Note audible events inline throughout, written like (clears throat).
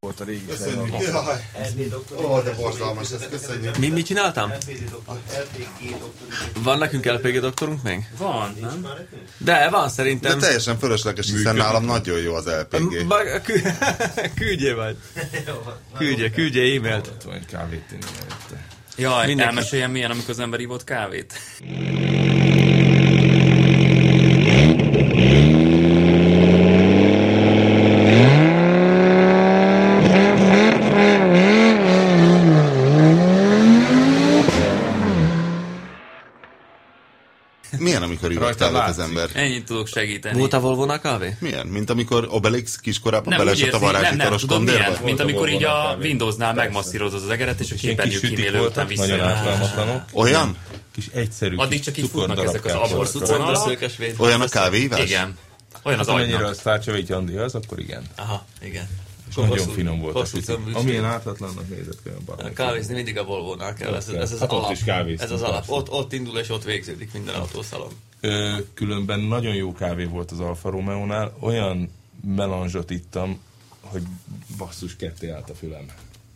volt a régi Köszönjük. sejlapok. Jaj, LP doktor. ó, de borzalmas, ezt köszönjük. Mi, mit csináltam? LPG doktor. LPG doktor. Van nekünk LPG doktorunk még? Van, nem? Már nekünk? De, van De szerintem. teljesen fölösleges, hiszen Működik. nálam nagyon jó az LPG. Ba- kü- (laughs) Küldje vagy. Jó van. Küldje, küldje e-mailt. Tudom, hogy kávét inni előtte. Jaj, Mindenki. Mindenki. elmeséljem milyen, amikor az ember ivott kávét. Milyen, amikor ívott Rajta kávét az látszik. ember? Ennyit tudok segíteni. Volt a Volvo a kávé? Milyen? Mint amikor Obelix kiskorában nem, úgy belesett a érzi, nem, varázsi nem, karos tudod milyen? kondérba? Mint Volt a amikor így Volvo-nak a kávé. Windowsnál megmasszírozod az egeret, és a Ilyen kis képernyő sütik kímélő után voltak, nagyon visszajön. ártalmatlanok. Olyan? Kis egyszerű Addig kis csak így cukordarab futnak ezek az kávét. aborszutcon alak. Szőkes véd. Olyan a kávéívás? Igen. Olyan az Hát amennyire agynak. a Szárcsevégy Andi az, akkor igen. Hát, Aha, igen. És nagyon finom volt a hosszú sütik. tömbű Amilyen átlatlannak nézett olyan A Hát, barna. Kávézni mindig a Volvo-nál kell, ez, ez az Hát ott alap. is kávéztunk, ez az alap. persze. Hát. Ott, ott indul és ott végződik minden autószalon. Ö, különben nagyon jó kávé volt az Alfa Romeo-nál, olyan melanzsot ittam, hogy basszus ketté állt a fülem.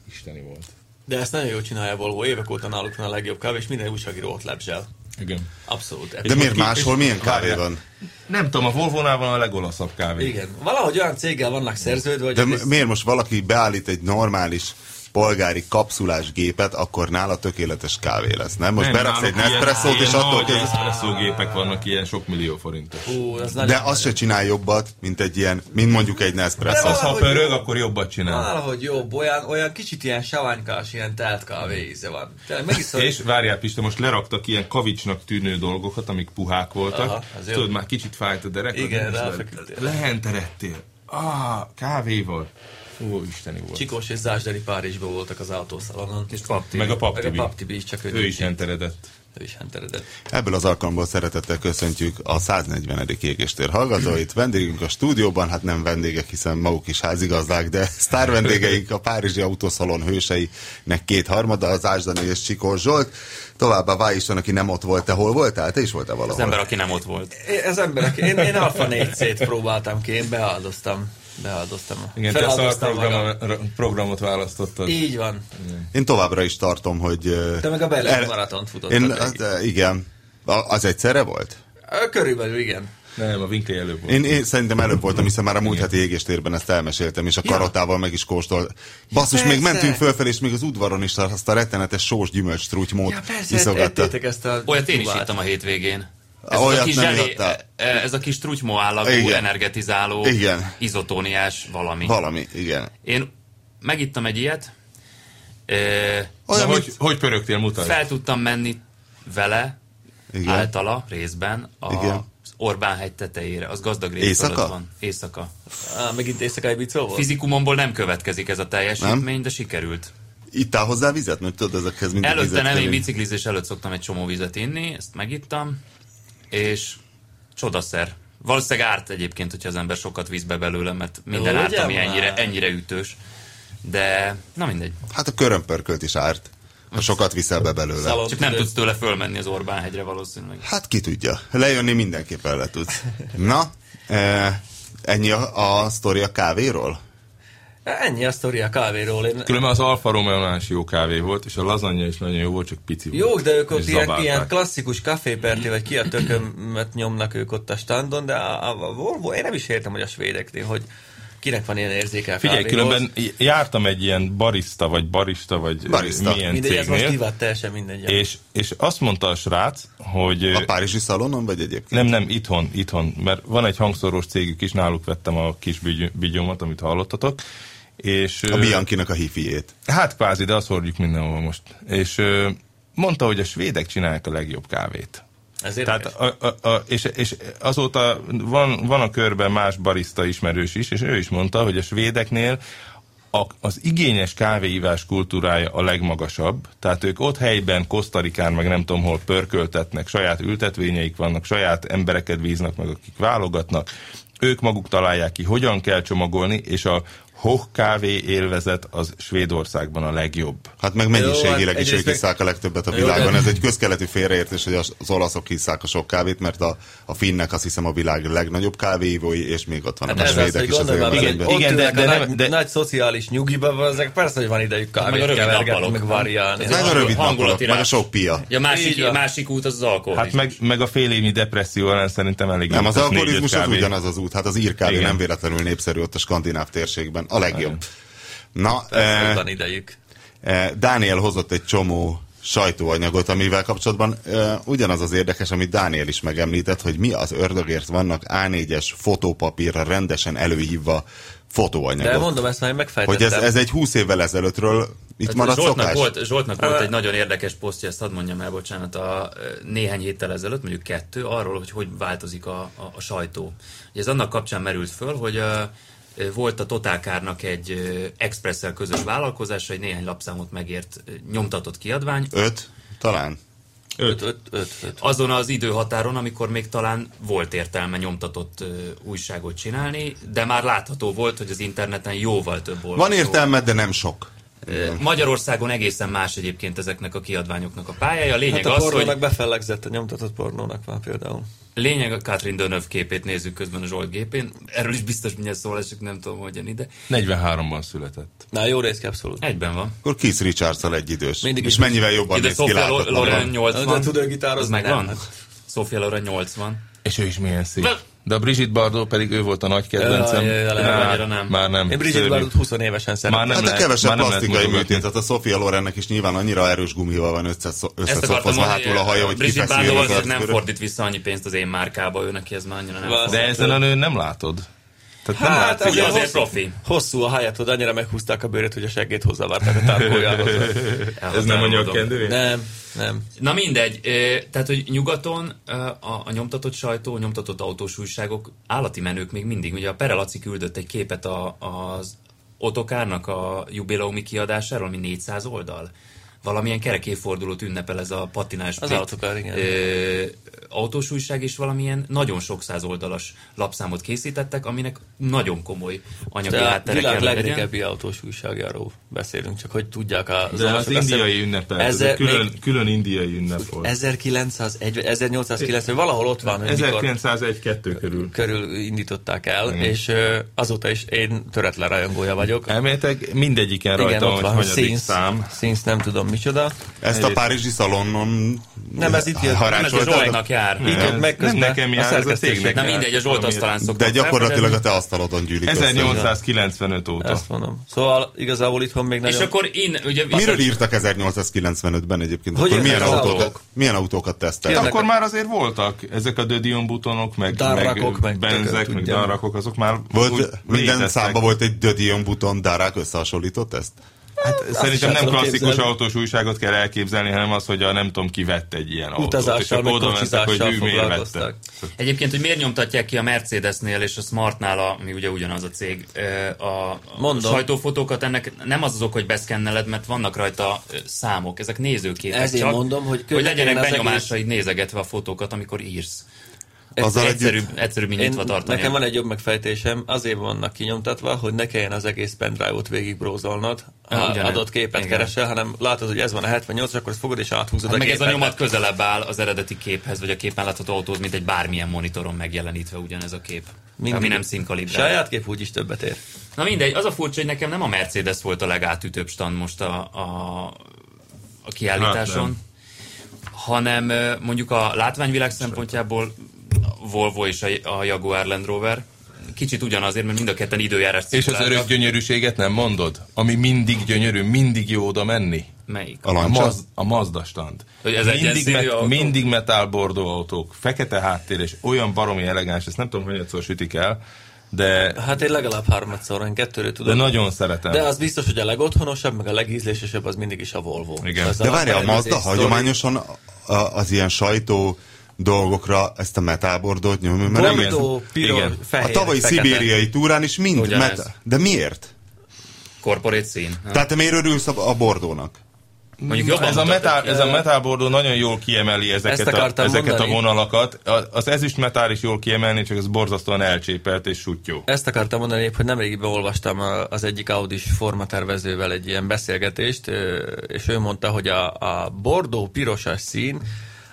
Isteni volt. De ezt nagyon jól csinálja a Volvo, évek óta náluk van a legjobb kávé, és minden újságíró ott lepzsel. Igen. Abszolút. De epic. miért máshol milyen kávé Várjál. van? Nem tudom, a Volvo-nál van a legolaszabb kávé. Igen. Valahogy olyan céggel vannak szerződve, hogy... De ott mi- is- miért most valaki beállít egy normális polgári kapszulás gépet, akkor nála tökéletes kávé lesz, nem? Most Nem, beraksz egy náluk ilyen- Nespresszót, és ilyen attól nagy kész. Nespresso-gépek vannak ilyen sok millió forintos. Hú, ez De nagyon... azt se csinál jobbat, mint egy ilyen, mint mondjuk egy Nespresso. Az, ha valahogy pörög, akkor jobbat csinál. Valahogy jobb, olyan, olyan kicsit ilyen saványkás, ilyen telt kávé íze van. Tényleg megiszol, És várjál Pista, most leraktak ilyen kavicsnak tűnő dolgokat, amik puhák voltak. Aha, Aha, az jó. Tudod, már kicsit fájt a derekad. Igen, és ráfeküdtél. Lehenteredtél. Ah, kávéval. Ó, isteni volt. Csikós és Zásdani Párizsban voltak az autószalonon. És Paptibi. Meg a Pap Meg a Tibi. Paptibi is, csak ő, Ő nincs is itt. henteredett. Ő is henteredett. Ebből az alkalomból szeretettel köszöntjük a 140. Jégestér hallgatóit. Vendégünk a stúdióban, hát nem vendégek, hiszen maguk is házigazdák, de sztár vendégeink a Párizsi Autószalon hőseinek kétharmada, az Ásdani és Csikó Zsolt. Továbbá Vájison, aki nem ott volt, te hol voltál? Te is voltál Az valahol? ember, aki nem ott volt. É, az emberek, én, én Alfa 4C-t próbáltam ki, én beáldoztam. Beáldoztam. Igen, te Feláldoztam magam. szarprogramot programot választottad. Így van. Én továbbra is tartom, hogy... ö, Te meg a Berlin el- maratont Én, futottad végig. hát, igen. A- Az egyszerre volt? Ö, Körülbelül igen. Nem, a Winkler előbb volt. Én, én szerintem előbb voltam, hiszen már a múlt heti égéstérben ezt elmeséltem, és a karotával meg is kóstolt. Basszus, Ja, még persze. mentünk fölfelé, és még az udvaron is azt a rettenetes sós gyümölcs trutymót Ja, Hát persze, et- iszogatta. ettétek ezt a... Olyat én is tubát. hittem a hétvégén. Ah, Ez az olyat a kis nem zselé, ittál. ez a kis trutymó állagú, Igen. energetizáló, Igen. izotóniás valami. Valami, igen. Én megittam egy ilyet, ö, Olyan, Na, mint, hogy, hogy pörögtél, mutasd. fel tudtam menni vele, Igen. Igen. általa részben a Igen. Igen. Orbán hegy tetejére, az gazdag rész Éjszaka? alatt van. Éjszaka. Á, megint éjszakai bicó volt? Fizikumomból nem következik ez a teljesítmény, nem? de sikerült. ittál hozzá vizet? Mert tudod, ezekhez mindig Előtte vizet nem, én kering. biciklizés előtt szoktam egy csomó vizet inni, ezt megittam, és csodaszer. Valószínűleg árt egyébként, hogyha az ember sokat vízbe belőle, mert minden Ugye árt, ami már? ennyire, ennyire ütős. De, na mindegy. Hát a körömpörkölt is árt, ha sokat viszel be belőle. Szalon Csak nem tüdő. tudsz tőle fölmenni az Orbán hegyre valószínűleg. Hát ki tudja, lejönni mindenképpen le tudsz. Na, e, ennyi a, a sztori a kávéról? Ennyi a sztori a kávéról. Én... Különben az Alfa romeo is jó kávé volt, és a lazanya is nagyon jó volt, csak pici volt. Jók, de ők És ott ilyen, zabálták. ilyen klasszikus kaféperti, vagy ki a tökömet nyomnak ők ott a standon, de a, a, a Volvo, én nem is értem, hogy a svédeknél, hogy kinek van ilyen érzéke a Figyelj, kávéhoz. különben jártam egy ilyen barista, vagy barista, vagy Barista. barista. milyen Mindegy, ez most cégnél, divat, teljesen mindegy. és, és azt mondta a srác, hogy... A Párizsi szalonon, vagy egyébként? Nem, nem, itthon, itthon, mert van egy hangszórós cégük is, náluk vettem a kis bigy- bigyomat, amit hallottatok, és... A ö, Biankinak a hifiét. Hát kvázi, de azt hordjuk mindenhol most. És ö, mondta, hogy a svédek csinálják a legjobb kávét. Ezért Tehát a, a, a, és, és azóta van, van a körben más barista ismerős is, és ő is mondta, hogy a svédeknél a, az igényes kávéivás kultúrája a legmagasabb, tehát ők ott helyben, Kosztarikán, meg nem tudom hol pörköltetnek, saját ültetvényeik vannak, saját embereket bíznak meg, akik válogatnak, ők maguk találják ki, hogyan kell csomagolni, és a Hoch kávé élvezet az Svédországban a legjobb. Hát meg mennyiségileg hát is ők egyrészt meg- iszák a legtöbbet a Jó, világon. de- Ez egy közkeletű félreértés, hogy az az olaszok iszák a sok kávét, mert a, a finnek azt hiszem a világ legnagyobb kávéivói, és még ott van Hát a ez az, svédek is hogy az gondolj már, élvezetben. igen, ott Igen, igen, de- ülnek de a nem- nagy, de- nagy szociális nyugiba, ezek persze, hogy van idejük Hát meg a kávét rövid kevergetni, nappalok. meg variálni. Ez Meg a hangul- rövid napolok, hangulatírás. meg a sok pia. Ja, Így másik, van. másik út az az alkohol. Hát meg, meg a fél évnyi depresszió ellen szerintem elég Nem, az jó, négy-öt alkoholizmus az kávé. ugyanaz az út. Hát az írkávé Igen. nem véletlenül népszerű ott a skandináv térségben. A legjobb. Na, Persze, eh, hogy van idejük. Eh, Dániel hozott egy csomó sajtóanyagot, amivel kapcsolatban eh, ugyanaz az érdekes, amit Dániel is megemlített, hogy mi az ördögért vannak A4-es fotópapírra rendesen előhívva De fotóanyagok. mondom, ezt már én Hogy ez, megfejtettem. ez egy 20 évvel ezelőttről itt maradt Hát Zsoltnak szokás. volt, Zsoltnak volt egy nagyon érdekes posztja, ezt hadd mondjam el, bocsánat, a, ö, néhány héttel ezelőtt, mondjuk kettő, arról, hogy hogy változik a, a, a sajtó. Ugye ez annak kapcsán merült föl, hogy ö, ö, volt a Totálkárnak egy ö, Expresszel közös vállalkozása, egy néhány lapszámot megért ö, nyomtatott kiadvány, Öt? Talán. Öt, öt, öt, öt. azon az időhatáron, amikor még talán volt értelme nyomtatott ö, újságot csinálni, de már látható volt, hogy az interneten jóval több olvasó. Van értelme, de nem sok. Ö, Magyarországon egészen más egyébként ezeknek a kiadványoknak a pályája. Lényeg Hát a az, hogy pornónak befellegzett, a nyomtatott pornónak már például. Lényeg a Catherine Dönöv képét nézzük közben a Zsolt gépén. Erről is biztos mindjárt szól esik, nem tudom, hogyan ide. 43-ban született. Na, jó rész ki, abszolút. Egyben van. Akkor Keith richards egy idős. Mindig és is- mennyivel jobban Ide néz ki Sofia Lo- Loren láthatatlan. Na, 80. de tudod gitározni, Az megvan? nem? Sofia Loren 80. És ő is milyen szép. De- De a Brigitte Bardot pedig ő volt a nagy kedvencem. Jaj, jaj, jaj, Már- annyira nem. Már nem. Én Bridget Szörnyű. Bardot 20 évesen Már szeretem. nem Hát a lehet- kevesebb már nem lehet plastikai mutogatni. műtét, hát a Sofia Lorennek is nyilván annyira erős gumival van összeszo- összeszopozva hát hátul a haja, hogy Brigitte kifeszüljön az Bardot azért arc nem körül. fordít vissza annyi pénzt az én márkába, ő neki ez már annyira nem Vász. fog. De ezen a nőn nem látod. Tehát nem Hát, látod. Ugye Ugye azért hosszú- profi. Hát Hosszú a háját, hogy annyira meghúzták a bőrét, hogy a seggét hozzávárták a (laughs) tárkójához. Ez nem a nyakkendővé? Nem, nem. Na mindegy, ö, tehát hogy nyugaton ö, a, a nyomtatott sajtó, a nyomtatott autós újságok állati menők még mindig. Ugye a Perelaci küldött egy képet a, az Otokárnak a jubileumi kiadásáról, ami 400 oldal. Valamilyen kerek évfordulót ünnepel ez a patinás Az brit, Autokár, igen. ö, autós újság, és valamilyen nagyon sok száz oldalas lapszámot készítettek, aminek nagyon komoly anyagi De a háttere kell, világ hogy legyen. legrégebbi autós újságjáról beszélünk, csak hogy tudják a De az indiai ünnepel. Ez Ezzel, egy külön... külön, külön indiai ünnep volt. 1901, 1890, valahol ott van, hogy mikor 1901-2 körül. körül indították el, és ö, azóta is én töretlen rajongója vagyok. Elméletek mindegyiken rajta van, hogy hanyadik szám. Színsz, nem tudom micsoda. Ezt a párizsi szalonon Nem, ez itt jött. Nem, ez a harácsoltad? Zsoltnak jár. Így Ez jött nem meg közben nekem jár, ez a szerkesztőség. cégnek. Na mindegy, a Zsolt azt talán szokta De gyakorlatilag a te asztalodon gyűlik össze. 1895 óta. Ezt mondom. Szóval igazából itthon még És nagyon... akkor én, ugye... Miről írtak 1895-ben egyébként? Hogy Akkor jönnek milyen, az autókat, autók? milyen autókat teszteltek? Jönnek- Hát Akkor már azért voltak ezek a Dödion butonok, meg, Darrakok, meg meg benzek, tökön meg tudjam. darrakok, azok már úgy Volt, minden léteztek. számba volt egy Dödion buton, Darák összehasonlított ezt? Szerintem is el nem tudom klasszikus képzelni. autós újságot kell elképzelni, hanem az, hogy a nem tudom ki vett egy ilyen autót. és utazással, akkor meg oda mentek, kocsizással hogy ő miért foglalkoztak. vette. Egyébként, hogy miért nyomtatják ki a Mercedesnél és a Smartnál, a- ami ugye ugyanaz a cég, ö, a, a Mondom. sajtófotókat, ennek nem az az ok, hogy beszkenneled, mert vannak rajta ö, számok, ezek nézőképek Ezért csak, mondom, hogy hogy könnyen legyenek az egész- benyomásaid nézegetve a fotókat, amikor írsz. Ez Azzal egyszerűbb, egyszerűbb, mint nyitva Én, tartani. nekem van egy jobb megfejtésem, azért vannak kinyomtatva, hogy ne kelljen az egész pendrive-ot végigbrózolnod, ha Ah, ugyanez. adott képet Igen. keresel, hanem látod, hogy ez van a 78, akkor ezt fogod és áthúzod Hát a meg ez gépet. a nyomat közelebb áll az eredeti képhez, vagy a képen látható autóhoz, mint egy bármilyen monitoron megjelenítve ugyanez a kép. Mindig. Ami nem színkalibrál. Saját kép úgyis többet ér. Na mindegy, az a furcsa, hogy nekem nem a Mercedes volt a legátütőbb stand most a, a, a Hát kiállításon, nem. hanem ö, mondjuk a látványvilág szempontjából a Volvo és a, a Jaguar Land Rover kicsit ugyanazért, mert mind a ketten időjárás És az cipelnek. örök gyönyörűséget nem mondod? Ami mindig gyönyörű, mindig jó oda menni? Melyik? A A, lancsa? maz, a Mazda stand. Hogy ez mindig, egyenszínű autó? mindig metálbordó autók, fekete háttér, és olyan baromi elegáns, ezt nem tudom, hanyatszor sütik el, de, Hát én legalább harmadszor, én kettőről de tudom. De, nagyon szeretem. de az biztos, hogy a legotthonosabb, meg a legízlésesebb az mindig is a Volvo. Igen. Ez De várjál, a Mazda berendezés hagyományosan a- a- az ilyen sajtó dolgokra ezt a metábordot nyomja, mert sztori. nem Gondolj- Bordeaux, piros, Igen. fehér, a tavalyi fekete. szibériai túrán is mind Ugyanez. meta. De miért? Korporét szín. Hát. Tehát te miért örülsz a, a bordónak? Mondjuk jobban ez a, mutat- metal, ez a metalbordó nagyon jól kiemeli ezeket, a, akartam ezeket a mondani. vonalakat. A- Az ezüst metál is jól kiemelni, csak ez borzasztóan elcsépelt és sutyó. Ezt akartam mondani épp, hogy nemrégiben olvastam ö, az egyik Audis formatervezővel egy ilyen beszélgetést, ö, és ő mondta, hogy a, a bordó-pirosas szín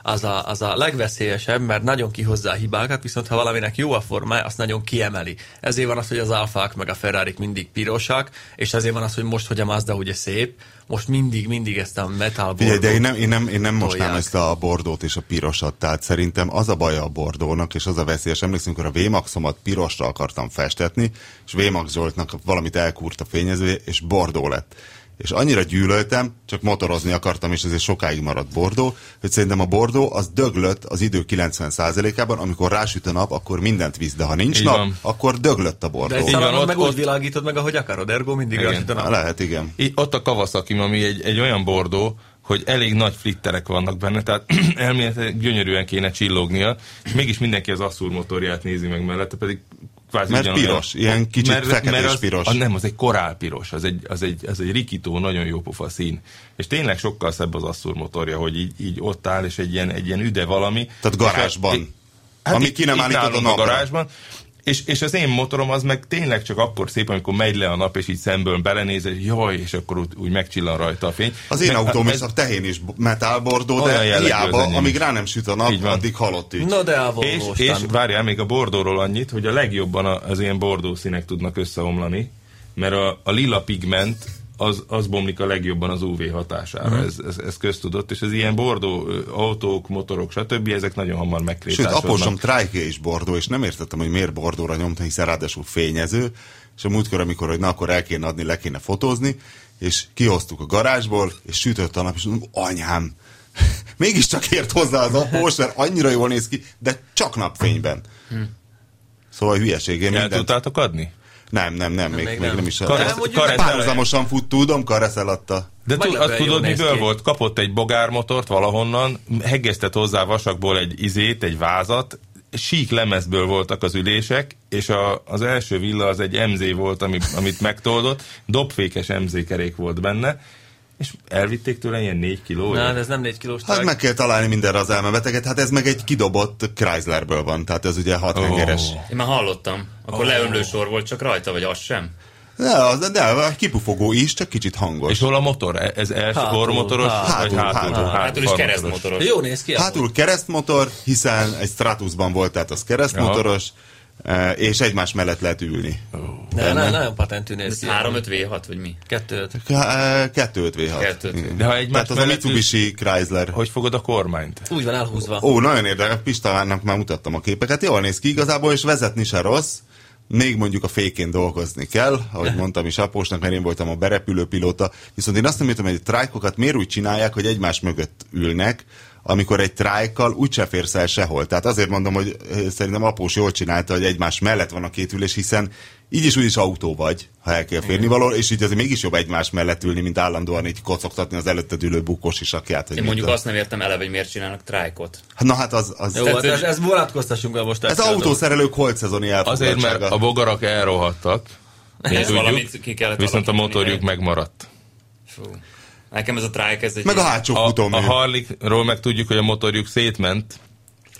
az a, az a legveszélyesebb, mert nagyon kihozza a hibákat, viszont ha valaminek jó a formája, azt nagyon kiemeli. Ezért van az, hogy az alfák meg a ferrari mindig pirosak, és ezért van az, hogy most, hogy a Mazda ugye szép, most mindig, mindig ezt a metal Figyelj, de én bordót nem, én nem, én nem mosnám tolják. ezt a bordót és a pirosat, tehát szerintem az a baj a bordónak, és az a veszélyes. Emlékszem, amikor a V-Maxomat pirosra akartam festetni, és V-Max Zsoltnak valamit elkúrt a fényezője, és bordó lett. És annyira gyűlöltem, csak motorozni akartam, és ezért sokáig maradt bordó, hogy szerintem a bordó az döglött az idő 90%-ában, amikor rásüt a nap, akkor mindent visz, de ha nincs Így nap, van. akkor döglött a De egy bordó. szar- van, szalagon ott- meg úgy ott- világítod meg, ahogy akarod, ergo mindig Igen. rajta Na, Lehet, igen. Így ott a Kawasaki, ami egy, egy olyan bordó, hogy elég nagy flitterek vannak benne, tehát (clears throat) elméletileg gyönyörűen kéne csillognia, és mégis mindenki az Assur motorját nézi meg mellette, pedig kvázi Mert ugyanolyan. piros, ilyen kicsit feketés az, piros. A, nem, az egy korálpiros, az egy, az, egy, az egy rikító, nagyon jó pofa szín. És tényleg sokkal szebb az Assur motorja, hogy így, így ott áll, és egy ilyen, egy ilyen üde valami. Tehát És a- Hát garázsban. Ami itt- ki nem itt állítod nálunk a a napra. garázsban. És, és az én motorom az meg tényleg csak akkor szép, amikor megy le a nap, és így szemből belenéz, és jaj, és akkor úgy, úgy megcsillan rajta a fény. Az én Meg- autóm ez- is a tehén is b- metálbordó, Olyan de jellegű az hiába, enyém amíg is. rá nem süt a nap, Így van. addig halott ügy. Na de a És, volvo és várjál még a bordóról annyit, hogy a legjobban a- az ilyen bordó színek tudnak összeomlani, mert a, a lila pigment az, az bomlik a legjobban az UV hatására. Mhm. Uh-huh. Ez, ez, ez köztudott, és az ilyen bordó ö, autók, motorok, stb. ezek nagyon hamar Sőt, megkrétásodnak. apósom trájkja is bordó, és nem értettem, hogy miért bordóra nyomta, hiszen ráadásul fényező, és a múltkor, amikor, hogy na, akkor el kéne adni, le kéne fotózni, és kihoztuk a garázsból, és sütött a nap, és mondom, anyám, (laughs) mégiscsak ért hozzá az (laughs) após, mert annyira jól néz ki, de csak napfényben. Szóval hülyeség, én Hm. El mindent... tudtátok adni? Nem, nem, nem, még, még még nem. nem is... Karesz- mondjuk karesz- Párhuzamosan fut, tudom, karesz eladta. De tud, Meglepően azt jól tudod, néz miből ki. volt? Kapott egy bogármotort valahonnan, hegesztett hozzá vasakból egy izét, egy vázat, sík lemezből voltak az ülések, és a, az első villa az egy MZ volt, ami, amit megtoldott, dobfékes MZ kerék volt benne, és elvitték tőle ilyen 4 kiló. Na, de ez nem 4 kilós Hát trág. meg kell találni mindenre az elmebeteget, hát ez meg egy kidobott Chryslerből van, tehát ez ugye hat hengeres. Oh. Én már hallottam. Akkor oh. leömlő sor volt csak rajta, vagy az sem. De, az, de a kipufogó is, csak kicsit hangos. És hol a motor? E- Ez első Hátul, kormotoros? hátul, vagy hátul. Hátul farmotoros? is Hát, keresztmotoros. Jó néz ki. amúgy. Hátul keresztmotor, hiszen egy Stratusban volt, tehát az keresztmotoros, eh, és egymás mellett lehet ülni. Ne, ne, nagyon patentű néz Ez ki. 3-5 V6, vagy mi? Kettőt. K- 256. Kettőt. De ha egymás Tehát az a mellett ül- Mitsubishi Chrysler. Hogy fogod a kormányt? Úgy van elhúzva. Ó, nagyon érdekes, Pistának már mutattam a képeket, jól néz ki igazából, és vezetni se rossz, még mondjuk a fékén dolgozni kell, (laughs) ahogy mondtam is Apósnak, mert én voltam a berepülő pilóta, viszont én azt nem értem, hogy a trájkokat miért úgy csinálják, hogy egymás mögött ülnek, amikor egy trájkkal úgyse férsz el sehol. Tehát azért mondom, hogy ö, szerintem após jól csinálta, hogy egymás mellett van a két ülés, hiszen így is úgy is autó vagy, ha el kell férni való, és így azért mégis jobb egymás mellett ülni, mint állandóan így kocogtatni az előtted ülő bukós is, aki Én mondjuk azt nem értem eleve, hogy miért csinálnak trájkot. Na hát az, az Jó, Tehát, hát hogy- ez, ez vonatkoztassunk el most. ez ezt eladom. autószerelők holt szezoni Azért, mert a elfoglaltsága. bogarak elrohadtak, Ez tudjuk, valamit ki kellett viszont a alakítani, motorjuk nem? megmaradt. Fú. Nekem ez a trájk, ez egy... Meg a hátsó A, futómű. a Harley-ról meg tudjuk, hogy a motorjuk szétment,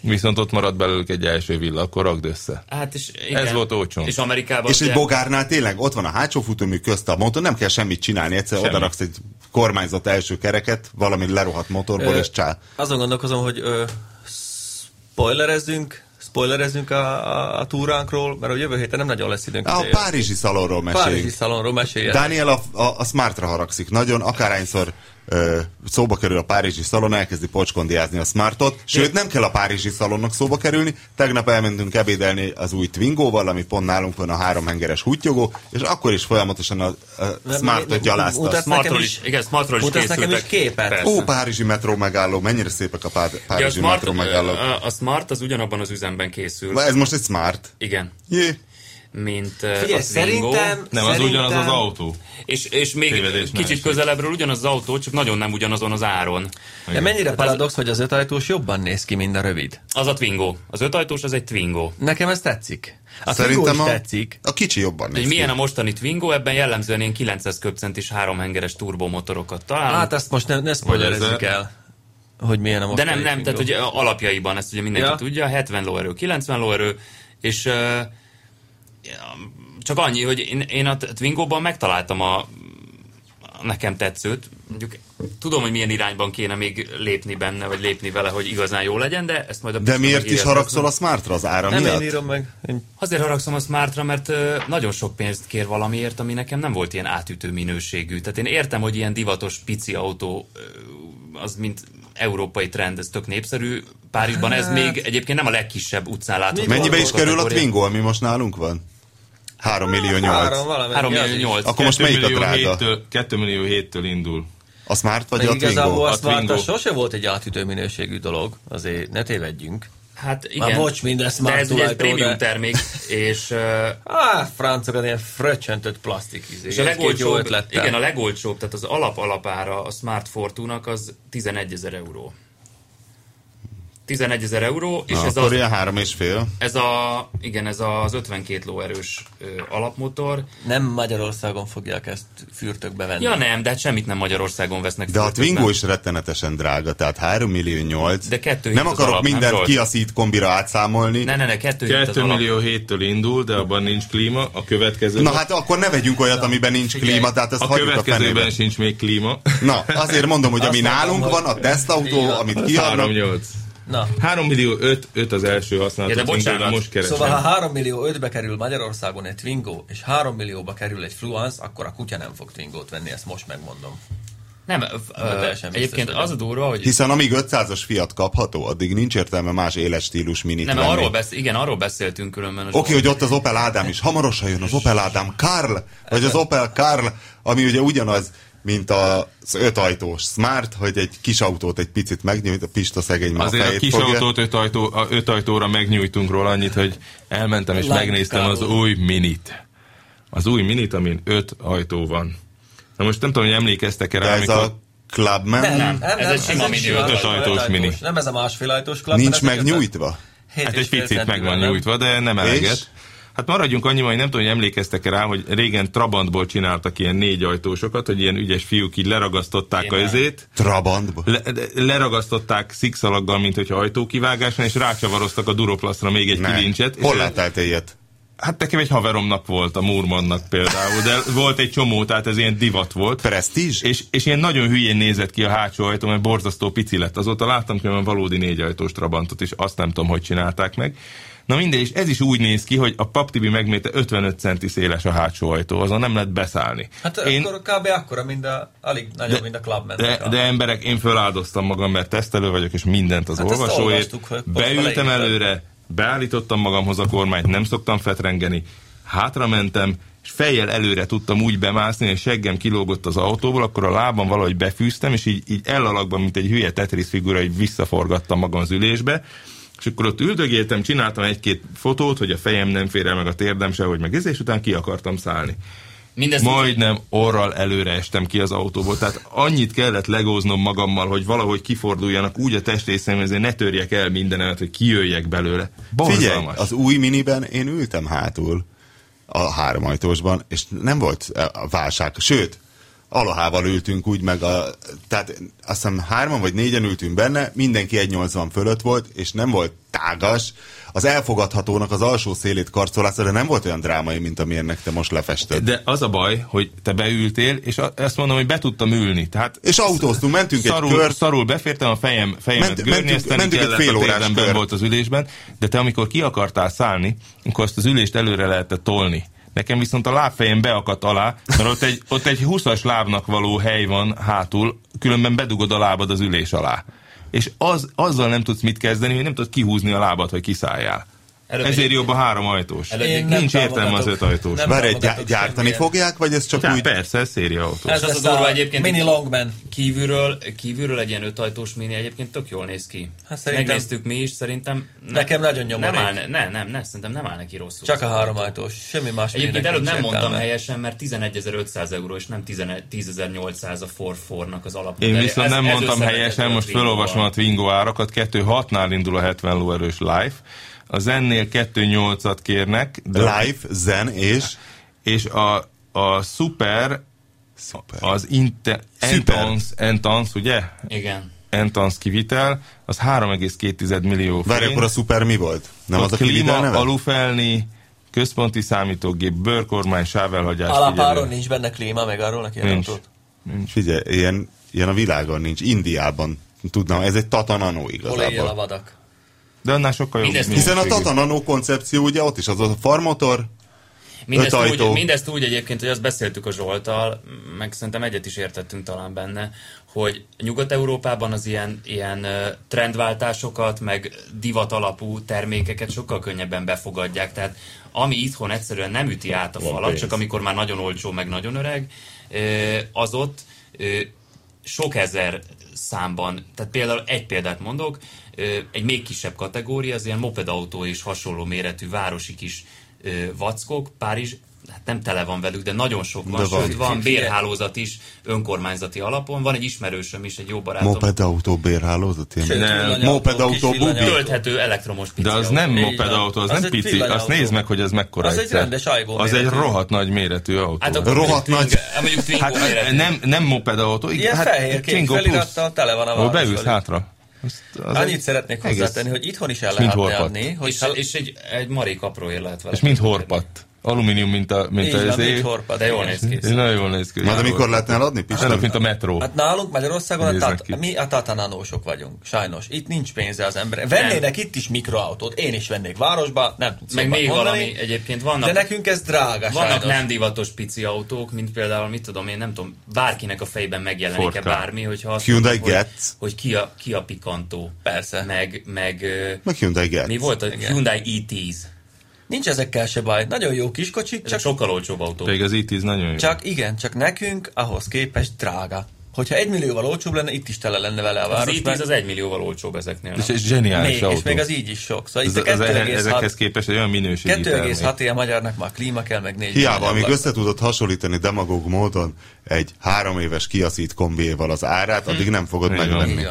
viszont ott maradt belőlük egy első villa, akkor rakd össze. Hát és igen. Ez volt olcsón. És Amerikában... És egy ugye- bogárnál tényleg ott van a hátsó futómű közt a motor, nem kell semmit csinálni, egyszer Semmi. odaraksz egy kormányzat első kereket, valami lerohadt motorból, Ö, és csá. Azon gondolkozom, hogy ö, spoilerezzünk, spoilerezzünk a, a, a túránkról, mert a jövő héten nem nagyon lesz időnk. A ide jönni. Párizsi szalonról Párizsi meséljünk. szalonról meséljen. Dániel a, a, a smartra haragszik nagyon, akárhányszor ö, szóba kerül a párizsi szalon, elkezdi pocskondiázni a smartot, sőt nem kell a párizsi szalonnak szóba kerülni, tegnap elmentünk ebédelni az új Twingóval, ami pont nálunk van a háromhengeres húttyogó, és akkor is folyamatosan a, a Nem, mi- smartot mi- gyalázta. mutatsz A smart- Smartról Nekem is, is- igen, Smartról is Mutatsz nekem készültek. is képet? Persze. Ó, Párizsi metró megálló, mennyire szépek a pá- Ugye a Párizsi Smart, metró megállók. a, a Smart az ugyanabban az üzemben készül. Ez most egy smart. Igen. Jé. mint ö, Figyelj, a Twingo. szerintem... Nem, az szerintem- ugyanaz az autó. És, és még Tévedés kicsit nehézség. közelebbről ugyanaz az autó, csak nagyon nem ugyanazon az áron. De mennyire paradox, hogy az ötajtós jobban néz ki, mint a rövid. Az a Twingo. Az ötajtós az egy Twingo. Nekem ez tetszik. A Twingo Szerintem is a, tetszik. a kicsi jobban néz Hogy ki. milyen a mostani Twingo, ebben jellemzően ilyen 900 köbcentis háromhengeres turbomotorokat találunk. Hát ezt most ne, ne spoilerezzük Vagy ez- el, hogy milyen a De mostani nem, nem, tehát Twingo. hogy alapjaiban ezt ugye mindenki Ja. ja. tudja, 70 lóerő, 90 lóerő, és ö, ja, csak annyi, hogy én, én a Twingo-ban megtaláltam a, a nekem tetszőt, mondjuk tudom, hogy milyen irányban kéne még lépni benne, vagy lépni vele, hogy igazán jó legyen, de ezt majd a De Piston miért is megírja, haragszol a smartra az ára Nem én miatt? írom meg. Én- Azért haragszom a Smartra, mert ö, nagyon sok pénzt kér valamiért, ami nekem nem volt ilyen átütő minőségű. Tehát én értem, hogy ilyen divatos pici autó ö, az mint európai trend, ez tök népszerű. Párizsban ez még egyébként nem a legkisebb utcán látható. Hát- Mennyibe is autó kerül a kategória. Twingo, ami most nálunk van? 3 millió 8. Három valami. 3 az millió is. 8. Akkor most melyik a drága? 2 millió 7-től indul. A Smart vagy Meg a Twingo? igazából A azt már Twingo. sose volt egy átütő minőségű dolog, azért ne tévedjünk. Hát igen. Már bocs, minden de smart ez ugye egy tulajdon, prémium de- termék, és ö, Á, francokat ilyen fröccsöntött plastik izé. És a Ez két jó legolcsóbb, ötlettel. igen, a legolcsóbb, tehát az alap alapára a Smart Fortune-nak az 11 ezer euró. 11 ezer euró, és Na, ez akkor az, ilyen három és fél. ez a, igen, ez az 52 lóerős ö, alapmotor. Nem Magyarországon fogják ezt fürtökbe venni. Ja nem, de hát semmit nem Magyarországon vesznek. De a fürtökben. Twingo is rettenetesen drága, tehát 3 millió 8. De kettő nem hét az akarok alap, nem, mindent Zsolt? kiaszít kombira átszámolni. Ne, ne, ne, kettő, hét az 2 alap. millió 7-től indul, de abban nincs klíma. A következő Na hát akkor ne vegyünk olyat, amiben nincs klíma, tehát ezt a hagyjuk a következőben fenébe. sincs még klíma. Na, azért mondom, (laughs) hogy ami Azt mondom, nálunk hogy- van, a Tesla autó, amit kiadnak, 3-8. Na, 3 millió 5, 5 az első használat. Ja, de az indul, bocsánat. most keresem. szóval ha 3 millió 5-be kerül Magyarországon egy Twingo, és 3 millióba kerül egy Fluence, akkor a kutya nem fog Twingót venni, ezt most megmondom. Nem, ö, teljesen biztos egyébként vagyok. az a durva, hogy hiszen amíg 500-as fiat kapható, addig nincs értelme más életstílus minit nem, venni. arról besz, igen, arról beszéltünk különben. a Oké, okay, Zsolt. hogy ott az Opel Ádám is. Hamarosan jön az Opel Ádám Karl, vagy az Opel Karl, ami ugye ugyanaz, mint az ötajtós Smart, hogy egy kis autót egy picit megnyújt, a Pista szegény már Azért a fejét kis fogja. autót öt, ajtó, a öt ajtóra megnyújtunk róla annyit, hogy elmentem és Like megnéztem az Carlo. új minit. Az új minit, amin öt ajtó van. Na most nem tudom, hogy emlékeztek-e De rá, ez amikor... a Clubman Nem, Nem, ez nem, nem, egy sima mini sima ötös ötös ajtós mini. Nem ez a másfél ajtós klub. nincs megnyújtva? Hát egy picit meg van nyújtva, de nem És? eleget. Hát maradjunk annyiban, hogy nem tudom, hogy emlékeztek-e rá, hogy régen Trabantból csináltak ilyen négy ajtósokat, hogy ilyen ügyes fiúk így leragasztották Én a nem. izét, Trabantba? le, de- leragasztották szikszalaggal, mint hogyha ajtókivágáson, és rácsavaroztak a duroplaszra még egy Nem. kilincset. és Hol ez- láttál te ilyet? Hát nekem egy haveromnak volt, a Murmannak például, de volt egy csomó, tehát ez ilyen divat volt. Prestige? És, és ilyen nagyon hülyén nézett ki a hátsó ajtó, mert borzasztó pici lett. Azóta láttam különben valódi négyajtós trabantot, és azt nem tudom, hogy csinálták meg. Na mindegy, és ez is úgy néz ki, hogy a paptibi megmérte 55 centi széles a hátsó ajtó, azon nem lehet beszállni. Hát én... akkor kb. akkora, mint a, alig nagyobb, mint a club de, de emberek, én feláldoztam magam, mert tesztelő vagyok, és mindent az Hát ezt olvasóért. olvastuk, hogy pont Beültem beleírtad. előre, beállítottam magamhoz a kormányt, nem szoktam fetrengeni, hátra mentem, és fejjel előre tudtam úgy bemászni, hogy seggem kilógott az autóból, akkor a lábam valahogy befűztem, és így, így ellalakban, mint egy hülye Tetris figura, így visszaforgattam magam az ülésbe, és akkor ott üldögéltem, csináltam egy-két fotót, hogy a fejem nem fér el, meg a térdem se, hogy meg ez, és utána ki akartam szállni. Mindezt Majdnem orral előre estem ki az autóból, tehát annyit kellett legóznom magammal, hogy valahogy kiforduljanak úgy a testrészem, hogy azért ne törjek el mindenemet, hogy kijöjjek belőle. Figyelj, Borzalmas. az új miniben én ültem hátul a háromajtósban, és nem volt eh, a válság. Sőt, alohával ültünk úgy meg, a, tehát azt hiszem hárman vagy négyen ültünk benne, mindenki 1,80 fölött volt, és nem volt tágas. Az elfogadhatónak az alsó szélét karcolásza, de nem volt olyan drámai, mint amilyennek te most lefested. De az a baj, hogy te beültél, és a- azt mondom, hogy be tudtam ülni. Tehát És autóztunk, mentünk szarul, egy kört, szarul befértem, a fejem, fejemet Ment- Ment, mentünk- görnyezteni mentünk egy kellett, fél a órás térdemben kört. volt az ülésben, de te amikor ki akartál szállni, akkor azt az ülést előre lehetett tolni. Nekem viszont a lábfejem beakadt alá, mert ott egy, ott egy 20-as lábnak való hely van hátul, különben bedugod a lábad az ülés alá. És az, azzal nem tudsz mit kezdeni, hogy nem tudod kihúzni a lábad, hogy kiszálljál. Előbb Ezért egy- jobb a három ajtós. Előbb egy- Nincs nem értelme az öt támogatok. ajtós. Nem. Várj, gyá- támogatok gyártani semmilyen. fogják, vagy ez csak Hát úgy... persze, ez széria autó. Ez És az lesz a durva a egyébként- mini longman. Kívülről, kívülről egy ilyen ötajtós mini egyébként tök jól néz ki. Hát Hát szerintem- Megnéztük mi is, szerintem... Ne, Nekem nagyon nyomorék. Nem, áll, ne, nem, nem, nem, szerintem nem áll neki rosszul. Csak a három ajtós, semmi más. Egyébként minek előbb nincs nem mondtam értelme. helyesen, mert 11.500 euró, és nem 11 10.800 a forfornak az alap. Én viszont nem mondtam helyesen, most felolvasom a Twingo árakat. 2.6-nál indul a 70 lóerős Life. A Zennél 2.8-at kérnek, de, Live, zen és... és a, a Super Szuper. az Inter, Super. Entance, Entance, ugye? Igen. Entance kivitel, az 3,2 millió Várj, forint. akkor a szuper mi volt? Nem a az a klíma, kivitel neve? alufelni, központi számítógép, bőrkormány, sávelhagyás. Alapáron figyelő. nincs benne klíma, meg arról neki Nincs. adatot. Figyelj, ilyen, ilyen a világon nincs. Indiában tudnám, ez egy Tata Nano Hol él a igazából. vadak? De annál sokkal jobb. Mindezt mint- Hiszen a Tata Nano koncepció, ugye ott is az a farmotor, Mindezt Öt úgy, ajtó. mindezt úgy egyébként, hogy azt beszéltük a Zsoltal, meg szerintem egyet is értettünk talán benne, hogy Nyugat-Európában az ilyen, ilyen ö, trendváltásokat, meg divat alapú termékeket sokkal könnyebben befogadják. Tehát ami itthon egyszerűen nem üti át a Van falat, pénz. csak amikor már nagyon olcsó, meg nagyon öreg, ö, az ott ö, sok ezer számban, tehát például egy példát mondok, ö, egy még kisebb kategória, az ilyen mopedautó és hasonló méretű városi kis ö, vackok, Párizs, hát nem tele van velük, de nagyon sok van, De de van. van. sőt van bérhálózat is önkormányzati alapon, van egy ismerősöm is, egy jó barátom, moped autó bérhálózat, ilyen villanyautó, moped kis autó, bubi. villanyautó. tölthető elektromos pici De az autó. nem Így moped van. autó, az, Az nem egy pici. villanyautó. Azt nézd meg, hogy az mekkora Az egy egyszer. rendes ajgó Az egy méretű. rohadt nagy méretű autó. Hát akkor Rohadt mondjuk nagy. Twingo- Mondjuk Twingo Hát méretű. nem, nem moped autó. Ilyen hát, fehér kék Twingo Plus. felirattal tele van a Ahol város beülsz felé. hátra. Azt- az Annyit egy- szeretnék egész. hozzátenni, hogy itthon is el mint lehetne horpat. adni, hogy És, és egy, egy marék apró ér lehet vele. És mind horpadt. Alumínium, mint a, mint izé- így a van, ezé. mint horpad. De jól néz ki. Én Nagyon jól néz ki. Na de mikor lehetne eladni, Olyanok, Pistán? mint a metró. Hát nálunk Magyarországon a Néznek tat, ki. mi a tatananósok vagyunk, sajnos. Itt nincs pénze az ember. Vennének itt is mikroautót, én is vennék városba, nem tudsz Meg jobbat még Szóval mondani, valami egyébként vannak. De nekünk ez drága Vannak sajnos. nem divatos pici autók, mint például, mit tudom én, nem tudom, bárkinek a fejben megjelenik-e Forka. bármi, hogyha azt Hyundai mondjuk, hogy, Getz. hogy ki, a, ki a pikantó. Persze. Meg, meg ö, Meg Hyundai Getz. mi volt a Hyundai E i10? Nincs ezekkel se baj. Nagyon jó kis kocsik, Ezek csak, sokkal olcsóbb autó. Pedig az i10 nagyon jó. csak igen, csak nekünk ahhoz képest drága. Hogyha egy millióval olcsóbb lenne, itt is tele lenne vele a Az város. i10 az egy millióval olcsóbb ezeknél. És Nem? egy zseniális még, autó. és még az így is sok. Szóval Ez- itt a az- ezekhez 2,6 képest egy olyan minőségi termék. 2,6 ilyen magyarnak már klíma kell, meg 4 Hiába, amíg össze tudod hasonlítani demagóg módon egy három éves kiaszít kombéval az árát, addig nem fogod Így van. megvenni.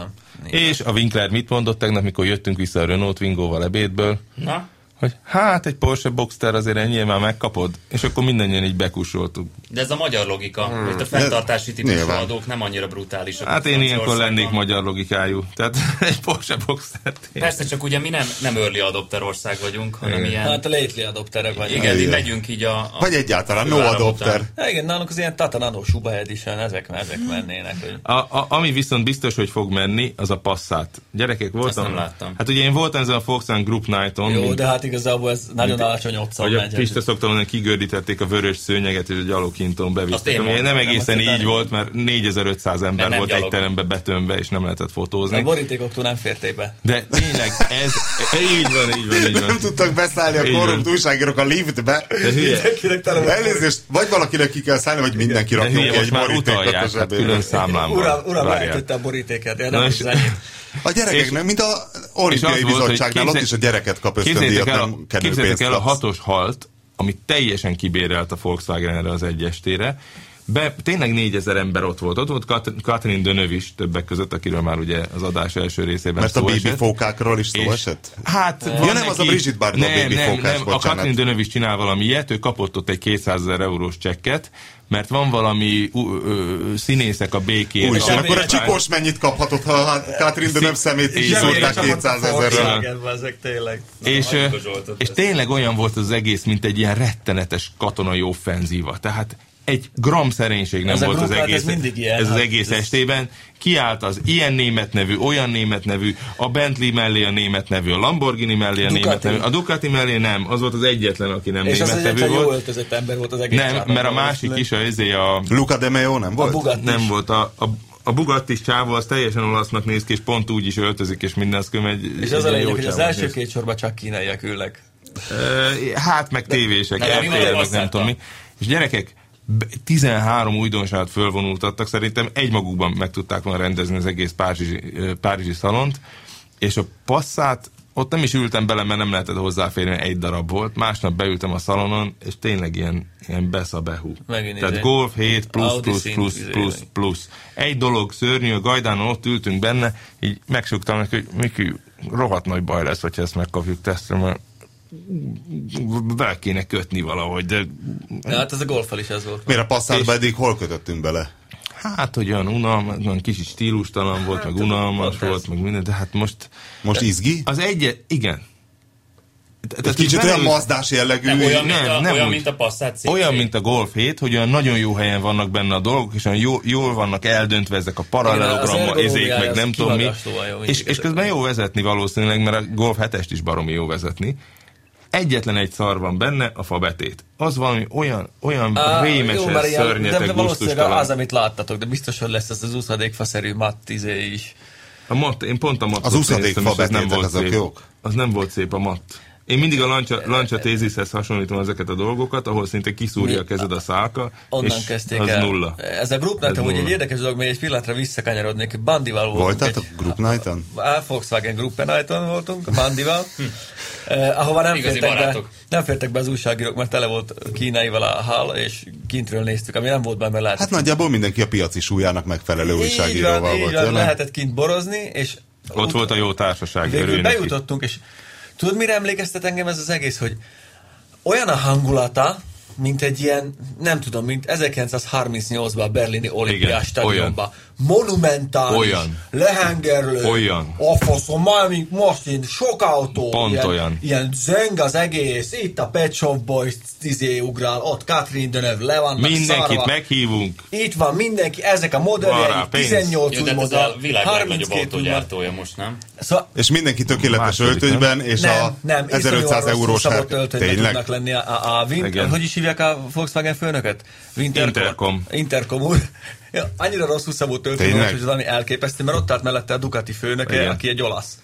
És a Winkler mit mondott tegnap, mikor jöttünk vissza a Renault Twingo-val ebédből? Na, Hogy hát egy Porsche Boxster azért ennyire már megkapod, és akkor mindannyian így bekusoltuk. Hát de ez a magyar logika, hogy a fenntartási típusú Nyilván. adók nem annyira brutálisak. Hmm. Hát én ilyenkor Franciaországban. lennék magyar logikájú. Tehát (laughs) egy Porsche Boxster. Persze, csak ugye mi nem, nem early adopter ország vagyunk, hanem Igen. ilyen... Hát a lately adopterek vagyunk. igen, így Igen. megyünk így a... a Vagy egyáltalán no Várom adopter. után. Ja, igen, nálunk az ilyen Tata Nano Suba Edition, ezek, ezek mennének. Hogy... A, a, ami viszont biztos, hogy fog menni, az a passzát. Gyerekek, voltam? nem láttam. Hát ugye én voltam ezen a Volkswagen Group Night-on, Jó, mint- de hát igazából ez nagyon alacsony otthon Hogy a megy. Pista szokta mondani, kigördítették a vörös szőnyeget, és a gyaloghinton Azt én bevitték. Ami mondtam, nem nem egészen azt így hittem. volt, mert 4500 ember Mert nem volt egy gyalog. terembe betömve, és nem lehetett A fotózni. borítékoktól nem férték be. De tényleg, (laughs) ez így van, így van, így Nem van. tudtak beszállni Így a van. korrupt újságírók a liftbe. Hülye, Elnézést, vagy valakinek ki kell szállni, vagy mindenki de rakjon hülye ki egy most már borítékot a utalják, hát külön zsebébe. számlán van. Uram, uram Várjál. eltette a borítéket, ja, Na nem és- az enyém. A gyerekeknek, mint a olimpiai és az volt, hogy bizottságnál, ott képzelj- is a gyereket kap ösztöndíjat, Képzeljétek el, a- nem kerül képzeljétek pénzt. el a kapsz. hatos halt, ami teljesen kibérelt a Volkswagenre az egyestére. Be, tényleg négyezer ember ott volt. Ott volt Kat- Katrin Dönöv is többek között, akiről már ugye az adás első részében Mert a szó bébi esett. fókákról is szó És- esett? Hát, van nem, az a Brigitte Bardot nem, baby nem, fókás, nem, a bocsánat. Katrin Dönöv is csinál valami ilyet, ő kapott ott egy 200 ezer eurós csekket, mert van valami uh, uh, színészek a békén. Úristen, nem akkor a értem. csikós mennyit kaphatott, ha hát Katrin de nem szemét Így kiszúrták van. 200 ezerrel? ezek tényleg. és, hagyjuk ö, a Zsoltot, és ezt. tényleg olyan volt az egész, mint egy ilyen rettenetes katonai offenzíva. Tehát egy gram szerénység nem Ez a volt az grup, hát ez egész, mindig ilyen, ez az hát egész ez- estében. Kiállt az ilyen német nevű, olyan német nevű, a Bentley mellé a német nevű, a Lamborghini mellé a Ducati. német nevű, a Ducati mellé nem, az volt az egyetlen, aki nem És az német nevű egyetlen jó volt. öltözött ember volt az egész Nem, család. mert a másik is, a, izé a, Luca de Meo nem A volt? Bugatti nem is. volt, a, a, a Bugatti csávó az teljesen olasznak néz ki, és pont úgy is öltözik, és minden az köm egy És az a egy lényeg, jó hogy az csávónak első néz ki. két sorban csak kínaiak ülnek. Ö, Hát meg tévések, Na, de mi RTL, meg nem Magyarországban? tudom mi. És gyerekek, b- 13 újdonságot fölvonultattak, szerintem egymagukban meg tudták volna rendezni az egész Párizsi, ö, Párizsi szalont, és a passzát ott nem is ültem bele, mert nem lehetett hozzáférni, mert egy darab volt. Másnap beültem a szalonon, és tényleg ilyen, ilyen besza behú. Megint Tehát izé. golf 7 plusz, Audi plusz, szint, plusz, izé. plusz, plusz. Egy dolog szörnyű, a Gajdánon ott ültünk benne, így megsugtam neki, hogy Miki, rohadt nagy baj lesz, hogyha ezt megkapjuk tesztre, mert be kéne kötni valahogy, de Ja, hát ez a golfal is ez volt. Miért a passzátba eddig hol kötöttünk bele? hát, hogy olyan unalmas, olyan kicsit stílustalan volt, Hát, meg unalmas volt, meg minden, de hát most Most izgi? az egy, igen. Tehát Egy kicsit olyan belül- mazdás jellegű. Nem, olyan, mint nem, a, nem olyan, úgy. mint a passzát szép. Olyan, mint a Golf 7, hogy olyan nagyon jó helyen vannak benne a dolgok, és olyan jó, jól vannak eldöntve ezek a Igen, paralelogramma, az ezék, meg ergonómiája nem az tudom mi. kimagaslóan jó mindig És, és ezek. közben jó vezetni valószínűleg, mert a Golf 7-est is baromi jó vezetni. Egyetlen egy szar van benne, a fabetét. Az valami olyan, olyan Á, jó, rémeses, mert ilyen- de, de szörnyeteg, valószínűleg gusztustalan. az, amit láttatok, de biztos, hogy lesz ez az úszadékfaszerű matt izé is. A matt, én pont a mattot Az úszadék néztem, és az nem fabetétek, volt azok szép. jók? Az nem volt szép a matt. Én mindig a lancsa, lancsa tézishez hasonlítom ezeket a dolgokat, ahol szinte kiszúrja a kezed a szálka, Onnan és kezdték az el. nulla. Ez a group night Ez amúgy nulla. egy érdekes dolog, még egy pillanatra visszakanyarodnék. Bandival voltunk. Voltatok egy- hát Group Night-on? Á, Volkswagen Gruppenajton voltunk, a Bandival, eh, ahova nem Hm. Igazi fértek, be, barátok. nem fértek be az újságírók, mert tele volt kínaival a hal, és kintről néztük, ami nem volt benne, mert Hát lehetett. nagyjából mindenki a piaci súlyának megfelelő így van, újságíróval így volt. van, jelen. lehetett kint borozni, és Ott volt a jó társaság. végül örülj neki. bejutottunk, és tudod, mire emlékeztet engem ez az egész, hogy olyan a hangulata, mint egy ilyen, nem tudom, mint 1938-ban a berlini olimpiás Igen, olyan. stadionban. Monumentális, Olyan. lehengerlő, Olyan. a faszom, valami most én sok autó, Pont ilyen, olyan. ilyen zeng az egész, itt a Pet Shop Boys izé ugrál, ott Catherine Deneuve le vannak Mindenkit szarva. meghívunk. Itt van mindenki, ezek a Van rá modelljeik, pénz. 18 Jó, új de hát ez a modell, világ legnagyobb 32 új modell. autógyártója most, nem? Szóval És mindenki tökéletes Második, nem? öltönyben, és a nem, nem, 1500 eurós sárk. sárk. tudnak Tényleg? lenni a, a, a Win- Igen. hogy is hívják a Volkswagen főnöket? Wintercom. Intercom. Intercom úr. Ja, annyira rossz szabó töltő Tényleg? volt, hogy ez valami elképesztő, mert ott állt mellette a Ducati főnöke, Igen. aki egy olasz.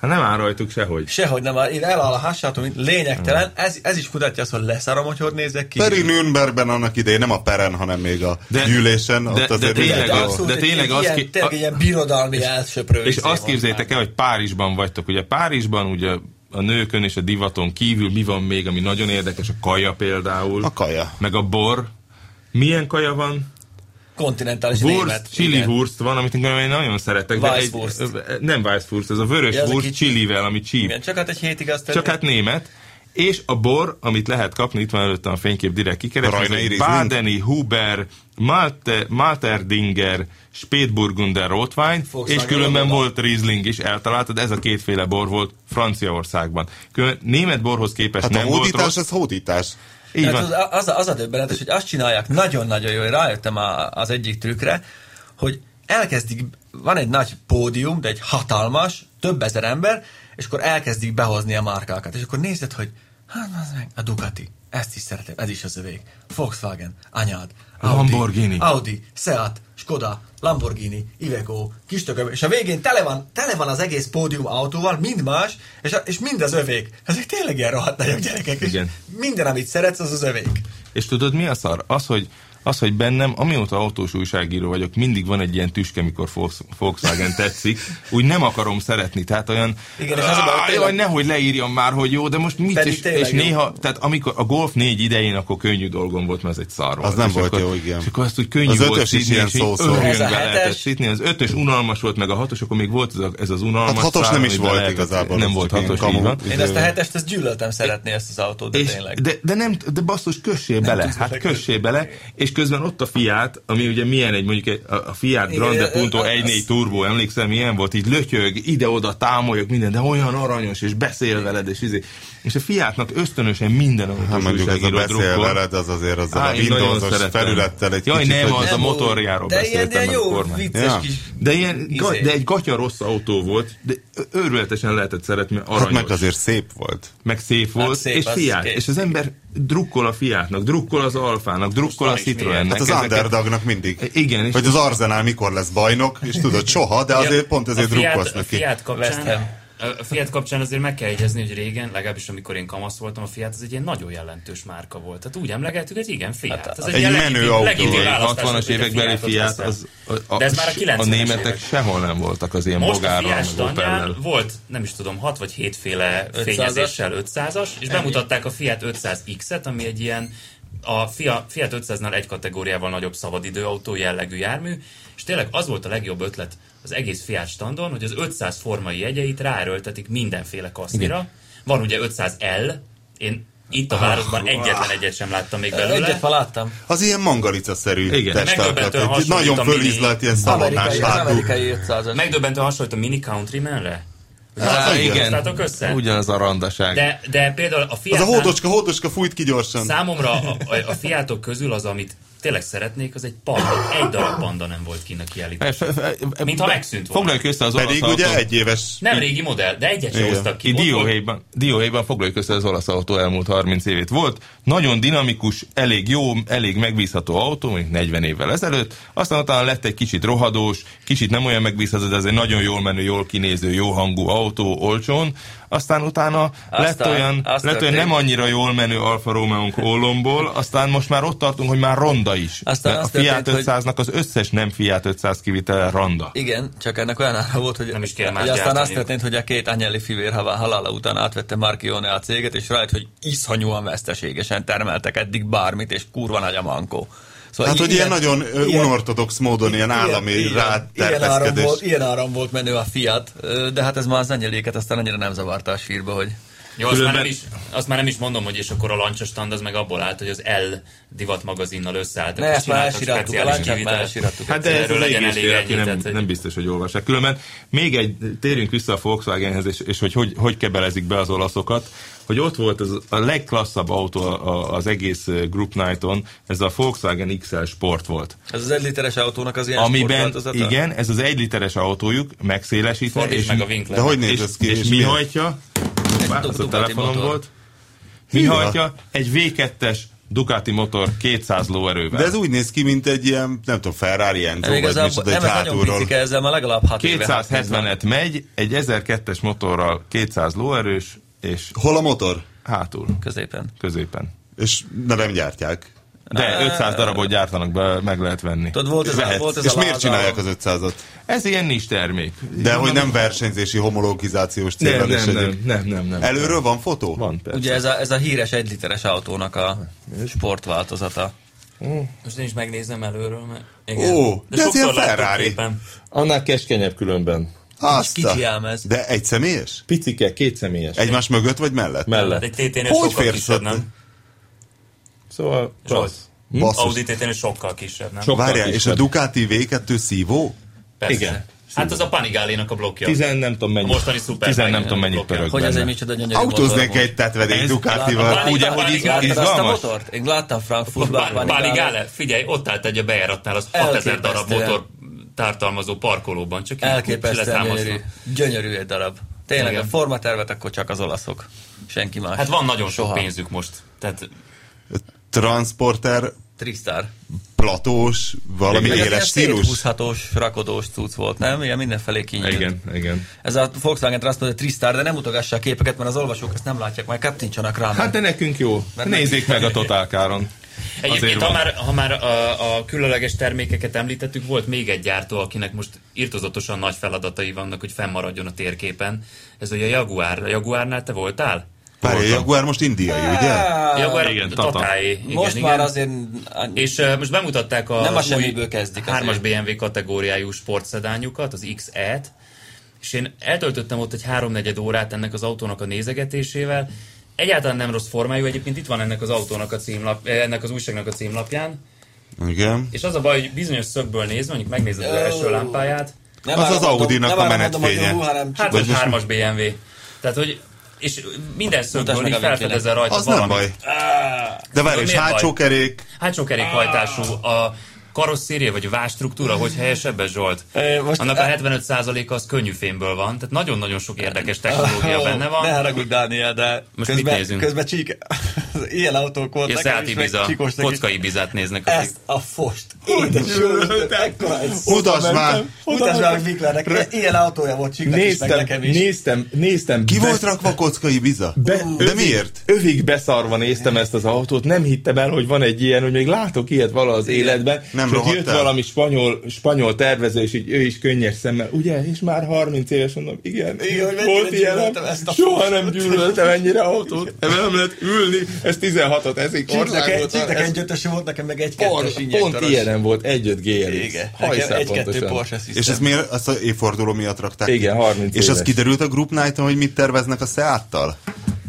Hát nem áll rajtuk sehogy. Sehogy nem, áll, én eláll a hásátom, mint lényegtelen. Ez, ez is mutatja azt, hogy leszarom, hogy hogy nézek ki. Pedig Nürnbergben annak idején nem a peren, hanem még a De- gyűlésen. de- ott de azért tényleg mindenki- az- de tényleg az azt ilyen, ki- tényleg a- ilyen birodalmi elsöprő. És izé azt van. képzeljétek el, hogy Párizsban vagytok. Ugye Párizsban ugye a nőkön és a divaton kívül mi van még, ami nagyon érdekes? A kaja például. A kaja. Hát Meg a bor. Milyen kaja van? Kontinentális német. Wurst, chili igen. wurst van, amit engem én nagyon szeretek. de egy, Weisswurst. nem Weisswurst, ez a vörös Ja, ez a wurst kicsi- chilivel, ami csíp. Igen, csak hát egy hétig azt Csak hát német. És a bor, amit lehet kapni, itt van előttem a fénykép, direkt kikeresem, ez Rajnai egy Riesling. Badeni, Huber, Malte, Malterdinger, Spätburgunder, Rotwein, Volkswagen és különben Lagoda. volt Riesling is, eltaláltad, ez a kétféle bor volt Franciaországban. Külön, német borhoz képest Hát a nem volt hódítás, rossz. az hódítás. Így Hát van. az, az, a- az a döbbenetes, hogy azt csinálják nagyon-nagyon jól, rájöttem a, az egyik trükkre, hogy elkezdik, van egy nagy pódium, de egy hatalmas, több ezer ember, és akkor elkezdik behozni a márkákat. És akkor nézed, hogy hát az meg a Ducati, ezt is szeretem, ez is az övék. Volkswagen, anyád, Audi, Lamborghini. Audi, Seat, Skoda, Lamborghini, Iveco, Kistököm, és a végén tele van, tele van az egész pódium autóval, mind más, és, a, és mind az övék. Ezek tényleg ilyen rohadt nagyobb gyerekek, és Igen. minden, amit szeretsz, az az övék. És tudod, mi a szar? Az, hogy az, hogy bennem, amióta autós újságíró vagyok, mindig van egy ilyen tüske, mikor Volks- Volkswagen tetszik, úgy nem akarom szeretni. Tehát olyan, Igen, és az a baj, "Áj, tényleg- jaj, nehogy leírjam már, hogy jó, de most mit, Pedig és, tényleg és jó. néha, tehát amikor a Golf 4 idején, akkor könnyű dolgom volt, mert ez egy szar volt. nem és volt akkor, jó, igen. És akkor azt úgy könnyű Az volt ötös is szidni, ilyen és így szó-szó. örömbe Ez a hetes. lehetett szidni. Az ötös unalmas volt, meg a hatos, akkor még volt ez, a, ez az unalmas. Hát hatos szár, nem is amiben volt lehetett- igazából, Nem az volt csak ilyen hatos, kamu. így van. Én De- ezt a hetest, ezt gyűlöltem szeretni ezt az autót, de És, tényleg. de, de, nem, de basszus, kössé bele, tudsz hát bele kössé bele, és közben ott a Fiat, ami ugye milyen egy, mondjuk egy- a, a Fiat Igen, Grande ö- ö- Punto az- 1.4 Turbo, emlékszem, ilyen volt, így lötyög, ide-oda támoljak minden, de olyan aranyos, és beszél veled, és izé. És a Fiatnak ösztönösen minden Hát autós mondjuk ez a újságíró beszél drukkol. veled, az azért azzal Á, a én nagyon Windows-os szeretem. felülettel egy Jaj, kicsit, nem, hogy- hát az a motorjáról de beszéltem, ilyen, de ilyen meg a jó kormány. vicces Ja. kis... De, ilyen, ga, Izé. de egy gatya rossz autó volt, de ö- őrületesen lehetett szeretni, mert aranyos Hát meg azért szép volt. Hát meg szép volt, Hát szép, és az fiát. kész. És az ember drukkol a fiátnak, drukkol az alfának, drukkol a Szóval már is Citroennek. Hát az Ezeket- underdognak mindig. Igen, és Vagy az Arzenál mikor lesz bajnok, és tudod, soha, de azért pont ezért A Fiat- drukkolsz A neki. Fiat West kapcsán Ham. A Fiat kapcsán azért meg kell jegyezni, hogy régen, legalábbis amikor én kamasz voltam, a Fiat az egy ilyen nagyon jelentős márka volt. Tehát úgy emlegettük, hogy igen, Fiat. Hát, ez egy ilyen menő legitim- autó legitim volt. választás volt, 60-as hogy a évekbeli Fiatot Fiat, veszel. az, a, a, De ez már a a 90-es németek évek. sehol nem voltak az ilyen Most a bogárral, Fiat meg standján Opellel. volt, nem is tudom, 6 vagy 7 féle 500-as? fényezéssel 500-as, és bemutatták a Fiat 500X-et, ami egy ilyen a Fia- Fiat 500-nál egy kategóriával nagyobb szabadidőautó jellegű jármű, és tényleg az volt a legjobb ötlet az egész Fiat standon, hogy az 500 formai jegyeit ráerőltetik mindenféle kasszira. Van ugye 500L, én itt a városban egyetlen egyet sem láttam még belőle. Egyet már láttam. Az ilyen mangalicaszerű Igen. testalkat. Megdöbbentően egy hasonlít Nagyon a mini- fölizlalt, ilyen szalonnás Amerikai, az látú. amerikai 500 Megdöbbentően hasonlít a Mini Countrymanre. Á, az Hát igen, hoztátok össze? ugyanaz a randaság. De, de például a Az Fiat a hódocska, hódocska fújt ki gyorsan. Számomra a, a, a fiátok közül az, amit tényleg szeretnék, az egy panda. Egy darab panda nem volt kint a kiállítás. Mintha megszűnt volna. Foglaljuk össze az Pedig olasz ugye autó. egy éves Nem régi modell, de egyet sem Igen. hoztak ki. Ki Ott volt- dióhéjban, dióhéjban foglaljuk össze az olasz autó elmúlt 30 évét. Volt nagyon dinamikus, elég jó, elég megbízható autó, mondjuk 40 évvel ezelőtt, aztán utána lett egy kicsit rohadós, kicsit nem olyan megbízható, de ez egy nagyon jól menő, jól kinéző, jó hangú autó, olcsón. Aztán utána lett Aztán- olyan, azt lett olyan történt. nem annyira jól menő Alfa romeo ollomból, aztán most már ott tartunk, hogy már ronda is. Aztán Mert azt a Fiat történt, 500-nak az összes nem Fiat 500 kivitele ronda. Igen, csak ennek olyan ára volt, hogy, Nem is kell más hogy aztán gyártani. azt történt, hogy a két Agnelli fivér havá- halála után átvette Marchione a céget, és rájött, hogy iszonyúan veszteségesen termeltek eddig bármit, és kurva nagy a mankó. Szóval Hát, hogy ilyen nagyon ö, unortodox módon, ilyen állami ilyen áram, ráterpeszkedés. volt, ilyen áram volt menő a Fiat, ö, de hát ez már az anyeléket aztán annyira nem zavarta a sírba, hogy... Jó, azt, már Különben- nem is, azt már nem is mondom, hogy és akkor a lancsa stand az meg abból állt, hogy az L divat magazinnal összeálltak. Ne, és ezt már csináltak elsirattuk, a speciális láncsát már kivitelt. elsirattuk. Hát de ez Erről az legyen égésfél, elég aki ennyi, nem, tehát, hogy- nem biztos, hogy olvassák. Különben még egy, térjünk vissza a Volkswagenhez, és, és hogy, hogy hogy kebelezik be az olaszokat, hogy ott volt ez a legklasszabb autó a- a- az egész eh, Group Night-on, ez a Volkswagen XL Sport volt. Ez az egy literes autónak az ilyen Amiben, sportváltozata? igen, ez az egy literes autójuk, megszélesítve, Fordítsd és, meg a Winkler. De hogy néz és, ez ki? és, mi milyen? hajtja? Bár, az a Ducati telefonom motor. volt. Mi Hűha. hajtja? Egy V2-es Ducati motor 200 lóerővel. De ez úgy néz ki, mint egy ilyen, nem tudom, Ferrari Enzo, Még vagy ez szóval, a, micsoda, nem, egy ez nagyon hátulról. picike, ezzel már legalább 6 éve. hátiznak. 270-et megy, egy 1002-es motorral 200 lóerős, és Hol a motor? hátul, Középen. középen. És ne, nem gyártják. De 500 darabot gyártanak, be, meg lehet venni. Tudod, volt ez, a, Lehet. volt ez És a miért Lázár- csinálják az 500-at? Ez ilyen nincs termék. De hogy nem versenyzési homologizációs nem, célral is nem, egyéb. nem, nem, nem, nem. Előről van fotó? Van, persze. Ugye ez a, ez a híres egyliteres autónak a sportváltozata. Most én is megnézem előről, mert... Ó, de ez sokszor ilyen láttam Ferrari. képen. Annál keskenyebb különben. Azt kicsi a... ám ez. De egy személyes? Picike, kétszemélyes. Egymás mögött vagy mellett? Hát Mellett. Egy TT-nél Hogy sokkal férsz kisebb, ott? nem? Szóval, klassz. Basszus. Audi TT-nél sokkal kisebb, nem? Sokkal Várjál, és a kisebb. Ducati V2 szívó? Persze. Igen. Hát az a Panigale-nak a blokkja. Tizen nem tudom A mennyit. mostani szuper- Tizen nem tudom mennyit Hogy pörög Hogy ez egy benne. micsoda gyönyörű Autóznék motor egy tetvedék Ez- Ducatival. Látom, Ugye, Pánik- hogy iz- Pánik- Láttad azt a izgalmas? motort? Én láttam Frankfurtban. Pá- Páli Panigale. Gále, figyelj, ott állt egy a bejáratnál az 6000 darab Elképesztően. motor tartalmazó parkolóban, csak így Elképesztően leszámozva. gyönyörű. Gyönyörű egy darab. Tényleg Igen. a formatervet akkor csak az olaszok. Senki más. Hát van nagyon sok Soha. pénzük most. Tehát Transporter, Trisztár. platós, valami Igen. éles stílus. húzhatós, rakodós cucc volt, nem? Ilyen mindenfelé kinyílt. Igen, igen. Ez a Volkswagen Transporter Trisztár, de nem mutogassa a képeket, mert az olvasók ezt nem látják, majd kattintsanak rá. Hát Hát, de nekünk jó. Mert Nézzék meg a totálkáron. Egyébként, ha már, ha már a, a különleges termékeket említettük, volt még egy gyártó, akinek most irtozatosan nagy feladatai vannak, hogy fennmaradjon a térképen. Ez ugye a Jaguar. A Jaguárnál te voltál? Várj, a Voltam. Jaguar most indiai, ugye? A Jaguar igen, Tata. Tatáé. Igen, Most igen. már azért a- És uh, most bemutatták a Nem a semmiből kezdik 3-as BMW kategóriájú sportszedányukat, az XE-t, és én eltöltöttem ott egy háromnegyed órát ennek az autónak a nézegetésével. Egyáltalán nem rossz formájú, egyébként itt van ennek az autónak a címlap, eh, ennek az újságnak a címlapján, Igen. és az a baj, hogy bizonyos szögből néz, mondjuk megnézed az Ó. első lámpáját, Nem Az arra az mondom- Audi-nak nem a arra menetfénye. Mondom, hogy jó, hanem hát hát, vagy most- 3-as BMW. Tehát, hogy és minden Mutasd szögből meg így a vinkjelet. felfedezel rajta Az nem valamit. baj. De várj, és miért baj? hátsó kerék, Hátsó kerékhajtású a karosszérje vagy a vástruktúra, hogy helyesebb ez, Zsolt? Ö, most- Annak a 75%-a az könnyű fémből van, tehát (laughs) nagyon-nagyon sok érdekes technológia benne Ne van. haragudj, Dániel, de Most mit közben, nézünk? közben csík... (laughs) az ilyen autók És voltak. Seat és Ibiza, meg Csikosnak is. kocka Ibizát néznek. Ezt akik- a fost. Édes jó, Isten, ekkora egy szó. Mutasd már! Mutasd már, hogy Viklernek. Ilyen autója volt Csiknek is, meg Néztem, nekem is. néztem, néztem. Ki be- volt rakva kockai biza? Be, De miért? Övig beszarva néztem ezt az autót, nem hittem el, hogy van egy ilyen, hogy még látok ilyet vala az életben. Nem és hogy rohadt jött el. valami spanyol, spanyol tervező, és így ő is könnyes szemmel, ugye, és már 30 éves mondom, igen, Igen, hogy mennyire volt ilyen, gyűlöltem ezt a soha nem gyűlöltem ennyire autót, ebben nem lehet ülni, ez 16-ot, ez egy Csiknek ország egy- volt. Csiknek ez egy ötöse volt, nekem meg egy por- kettes Pont injektoros. ilyenem volt, egy-öt GLX. Igen, nekem Hajszál egy-kettő pontosan. Porsche És ez System. miért az évforduló miatt rakták? Igen, 30 És az éves. kiderült a Group night hogy mit terveznek a Seattal?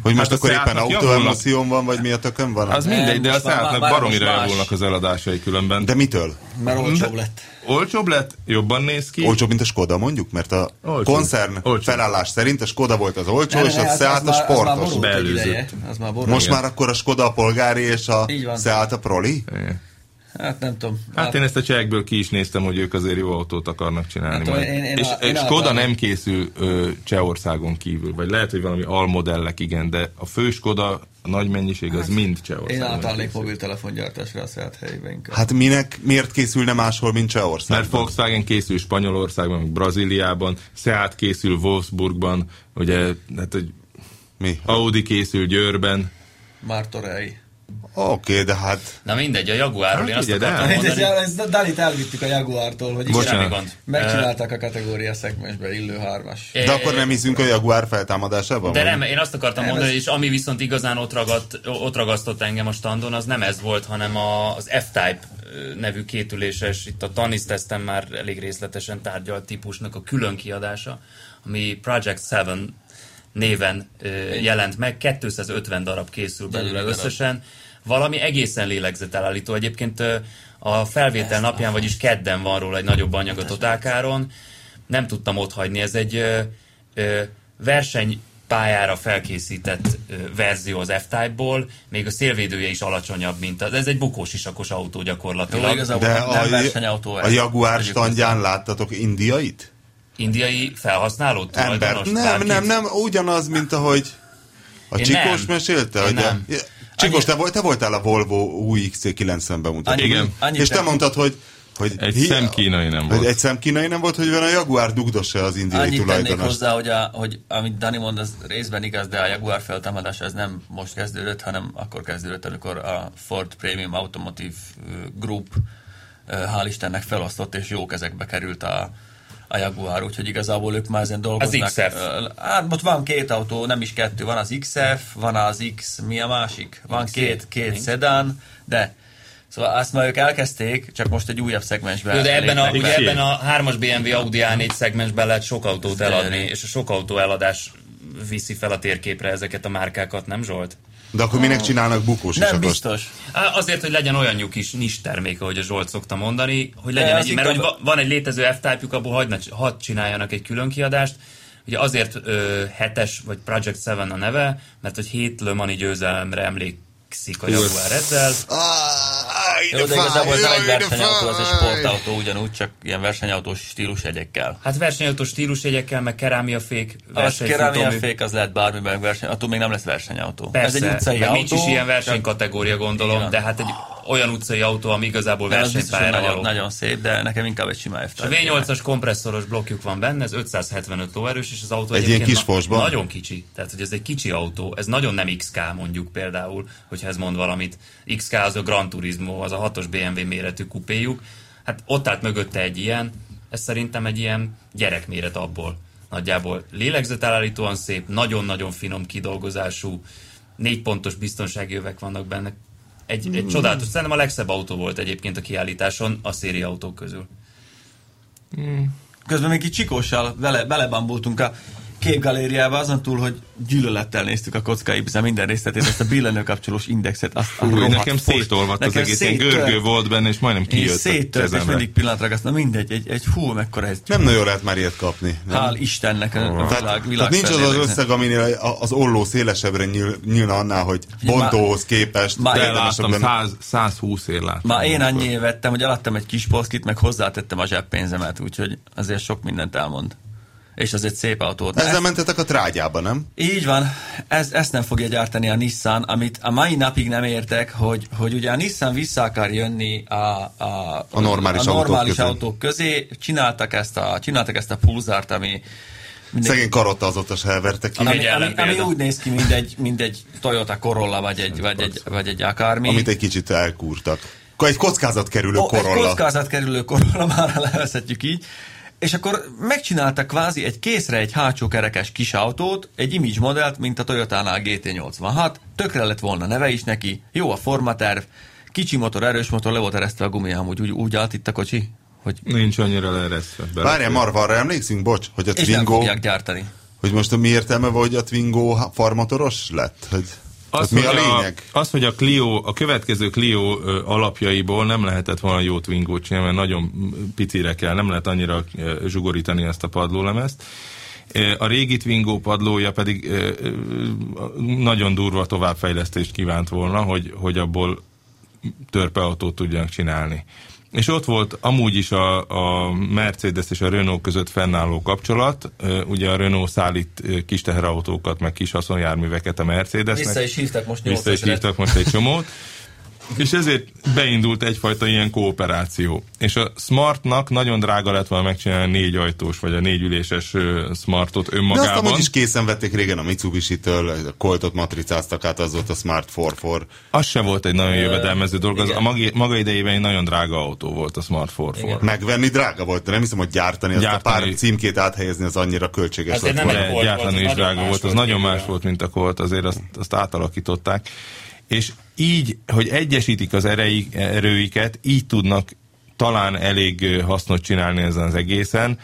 Hogy most Hát a akkor éppen Seatnak javulnak. autóemóción van, vagy mi a tökön van? Az mindegy, de most a már- Seatnak már- már baromira most más. javulnak az eladásai különben. De mitől? Mert olcsóbb lett. Olcsóbb lett, jobban néz ki. Olcsóbb, mint a Skoda mondjuk? Mert a Olcsóbb. koncern Olcsóbb. felállás szerint a Skoda volt az olcsó, Ne, ne, és ne, hát a az- az Seat a már- az már sportos. borult egy Beelőzött. ideje, Az már borult. Most már akkor a Skoda a polgári, és a Így van. Seat a proli? Igen. Hát nem tudom. Hát én ezt a csehekből ki is néztem, hogy ők azért jó autót akarnak csinálni. Hát, majd. én- én- és én a- és én Skoda általában- nem készül ö, Csehországon kívül, vagy lehet, hogy valami almodellek, igen, de a fő Skoda a nagy mennyiség az mind Hát, Én Csehországon. átállnék készül. mobiltelefongyártásra a Seat helyébe inkább. Hát minek, miért készülne máshol, mint Csehország? Mert Volkswagen készül Spanyolországban, meg Brazíliában, Seat készül Wolfsburgban, ugye, hát, hogy Mi? Audi készül Győrben. Mártorei. Oké, de hát Na mindegy, a Jaguarról én Hát azt ugye, de- akartam Hát ez, mondani. ez Dalit elvittük a Jaguartól, hogy igen, Bocsánat. Semmi gond. megcsinálták a kategória szegmensbe illő hármas. Eh, de akkor nem hiszünk a Jaguar feltámadásában? De vagy? nem, én azt akartam nem, mondani, és ami viszont igazán ott, ragadt, ott ragasztott engem a standon, az nem ez volt, hanem a, az F-Type ö, nevű kétüléses, itt a Tanis tesztem már elég részletesen tárgyalt típusnak a külön kiadása, ami Project 7 néven ö, jelent meg, 250 darab készül belőle darab. összesen, valami egészen lélegzetelállító. Egyébként ö, a felvétel napján, vagyis kedden van róla egy nagyobb anyagot Otákáron, nem tudtam ott hagyni, ez egy ö, ö, versenypályára felkészített ö, verzió az F-Type-ból, még a szélvédője is alacsonyabb, mint az. Ez egy bukós isakos autó Jó, gyakorlatilag. igazából De nem, nem versenyautó. a, a ez. Jaguar Tegyük standján láttatok indiait? Indiai felhasználó Ember. tulajdonos. Nem, bárki? nem, nem, ugyanaz, mint ahogy a Én Csikós nem. mesélte, Én hogy a- nem. Csikós, te, volt, te voltál a Volvo UX90 bemutatón. Annyi- Igen. annyi És te nem- mondtad, hogy hogy Egy szem kínai nem hogy volt. Egy szem kínai nem volt, hogy van a Jaguar dugdossa az indiai Annyit tennék tulajdonos. hozzá, hogy, a, hogy amit Dani mond, az részben igaz, de a Jaguar feltámadása ez nem most kezdődött, hanem akkor kezdődött, amikor a Ford Premium Automotive ö, Group ö, hál' Istennek felosztott és jó kezekbe került a, a Jaguar, úgyhogy igazából ők már ezen dolgoznak. XF. Ö, Hát most van két autó, nem is kettő, van az XF, van az X, mi a másik? Van két, két szedán, de Szóval azt már ők elkezdték, csak most egy újabb szegmensben. Jó, de ebben a, lépnek ugye be. ebben a 3-as BMW Audi A4 szegmensben lehet sok autót eladni, és a sok autó eladás viszi fel a térképre ezeket a márkákat, nem Zsolt? De akkor minek csinálnak bukós Nem isakost? biztos. Á, Azért, hogy legyen olyan nyug is nis terméke, ahogy a Zsolt szokta mondani, hogy legyen E, az egy, mert hogy inkább- va- van egy létező F-type-juk, abból hadd, ne- hadd csináljanak egy külön kiadást. Ugye azért ö, hetes, vagy Project 7 a neve, mert hogy hét Le Mani győzelemre emlékszik a Jaguar ezzel. Ah, ide Jó, de fáj, igazából ez nem jaj, egy ide versenyautó, ez egy fáj. sportautó ugyanúgy, csak ilyen versenyautós stílus egyekkel. Hát versenyautó stílusjegyekkel, meg kerámiafék, Az versenyfutómű. kerámiafék, az lehet bármiben verseny, attól még nem lesz versenyautó. Persze, ez egy utcai meg autó. nincs is ilyen versenykategória, gondolom, Igen. de hát egy olyan utcai autó, ami igazából de az biztos, hogy versenypályára nagyon, való. nagyon szép, de nekem inkább egy sima f A V8-as kompresszoros blokkjuk van benne, ez 575 lóerős, és az autó Egy ilyen egyébként kis Porsche-ban? Nagyon kicsi, tehát hogy ez egy kicsi autó, ez nagyon nem XK mondjuk például, hogyha ez mond valamit. XK az a Gran Turismo, az a 6-os BMW méretű kupéjuk, hát ott állt mögötte egy ilyen, ez szerintem egy ilyen gyerekméret abból. Nagyjából lélegzetelállítóan szép, nagyon-nagyon finom kidolgozású, négy pontos biztonsági övek vannak benne. Egy, Hmm. egy csodálatos, szerintem a legszebb autó volt egyébként a kiállításon a széria autók közül. Közben még itt Csikóssal vele, belebambultunk a képgalériába, azon túl, hogy gyűlölettel néztük a kocka Ibiza minden részletét, ezt a billenőkapcsolós indexet. Azt a Új, rohadt nekem fos- szétolvadt az Nekem egész, ilyen széttört. görgő volt benne, és majdnem És kijött a széttört, és kezemre. mindig pillanatragaszt. Na mindegy, egy, egy hú, mekkora egy... Nem nagyon lehet már ilyet kapni. nem? Hál' Istennek a világ, Tehát, világ tehát nincs az az felé- összeg, aminél a- az olló szélesebbre nyíl, nyílna annál, hogy Bontóhoz képest már- De Érdemesebb láttam, lenne. 100, 120 ér láttam. Ma én annyi évet vettem, hogy alattam egy kis poszkit, meg hozzátettem a zseppénzemet, úgyhogy azért sok mindent elmond. és az egy szép autó. volt. Ezzel mentetek a trágyába, nem? Így van, ez, ezt nem fogja gyártani a Nissan, amit a mai napig nem értek, hogy, hogy ugye a Nissan vissza akar jönni a, a, A normális a normális autók közé. autók közé. Csináltak ezt a, csináltak ezt a pulzárt, ami mindegy, Szegény karotta azóta se heverte ki, ami, Egy ami, ami, ellenpélda. úgy néz ki, mint egy, mint egy Toyota Corolla, vagy egy, vagy egy, vagy egy akármi. amit egy kicsit elkúrtak. Akkor Egy kockázat kerülő Ó, Egy korolla. kockázat kerülő korolla, (laughs) már levezhetjük így. És akkor megcsinálta kvázi egy készre egy hátsó kerekes kis autót, egy image modellt, mint a Toyota-nál GT86. Tökre lett volna neve is neki, jó a formaterv, kicsi motor, erős motor, le volt eresztve a gumi, amúgy úgy, úgy állt itt a kocsi, hogy Nincs annyira leeresztve. Bele- Várjál, Marva, arra emlékszünk, bocs, hogy a és nem Twingo, fogják gyártani. hogy most mi értelme volt, hogy a Twingo ha- farmatoros lett? Hogy, az mi a hogy lényeg? A, az, hogy a Clio, a következő Clio ö, alapjaiból nem lehetett volna jó Twingo csinálni, mert nagyon picire kell, nem lehet annyira ö, zsugorítani ezt a padlólemezt. Ö, A régi Twingo padlója pedig ö, ö, nagyon durva továbbfejlesztést kívánt volna, hogy, hogy abból törpeautót tudjanak csinálni. És ott volt amúgy is a, a Mercedes és a Renault között fennálló kapcsolat. Ö, Ugye a Renault szállít ö, kis teherautókat, meg kis haszonjárműveket a Mercedesnek. Vissza is hívtak most Vissza is 8 hívtak most egy csomót. És ezért beindult egyfajta ilyen kooperáció. És a Smartnak nagyon drága lett volna megcsinálni a négy ajtós, vagy a négy üléses ö, Smartot De azt önmagában. amúgy is készen vették régen a Mitsubishi-től, a Coltot matricáztak át, az volt a Smart 4 Az se volt egy nagyon jövedelmező dolog. Az igen. a magi- maga idejében egy nagyon drága autó volt a Smart 4 Megvenni drága volt, de nem hiszem, hogy gyártani, azt a Gyártani. pár címkét áthelyezni az annyira költséges Azért lett nem volna. egy de volt, gyártani az is nagyon drága más volt, az volt, nagyon igen. más volt, mint a Colt, azért azt, azt átalakították. És így, hogy egyesítik az erei, erőiket, így tudnak talán elég ö, hasznot csinálni ezen az egészen.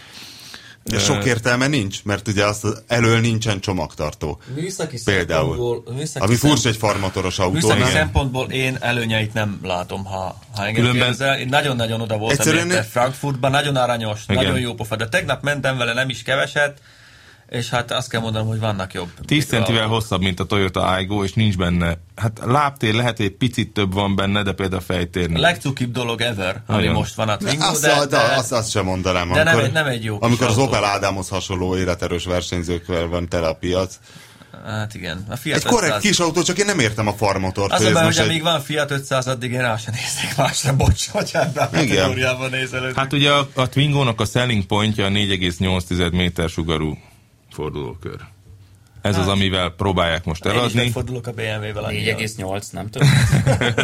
De sok értelme nincs, mert ugye azt az- elől nincsen csomagtartó. Műszaki Például. szempontból, műszaki Ami furcsa szem- egy farmatoros autó. Műszaki szempontból én előnyeit nem látom, ha, ha engem Különben- Különben... kérdezel. Én nagyon-nagyon oda voltam Egyszerűen- Egyszerűen... érte Frankfurtban, nagyon aranyos, Igen. Igen. nagyon jó pofa, de tegnap mentem vele nem is keveset, és hát azt kell mondanom, hogy vannak jobb. 10 centivel hosszabb, mint a Toyota Aygo, és nincs benne. Hát lábtér lehet, hogy egy picit több van benne, de például a fejtér A nincs. legcukibb dolog ever, ami Nagyon. most van a Twingo, Azt, de, de, de, azt, azt sem mondanám. de nem egy- nem egy jó kis Amikor az autó. Opel Ádámhoz hasonló életerős versenyzőkkel van tele a piac. hát igen. A Fiat Egy korrekt 500 kis autó, csak én nem értem a farmotort. Az hogy a ez baj, hogy most amíg van Fiat 500, addig én rá sem néznék másra, bocs, hogy ebben a Igen. kategóriában nézelődök. Hát ugye a, a Twingónak a selling pontja a 4,8 méter sugarú fordulókör. Ez az, amivel próbálják most Én is eladni. megfordulok a BMW-vel. annyira. 4,8 (laughs) nem tudom.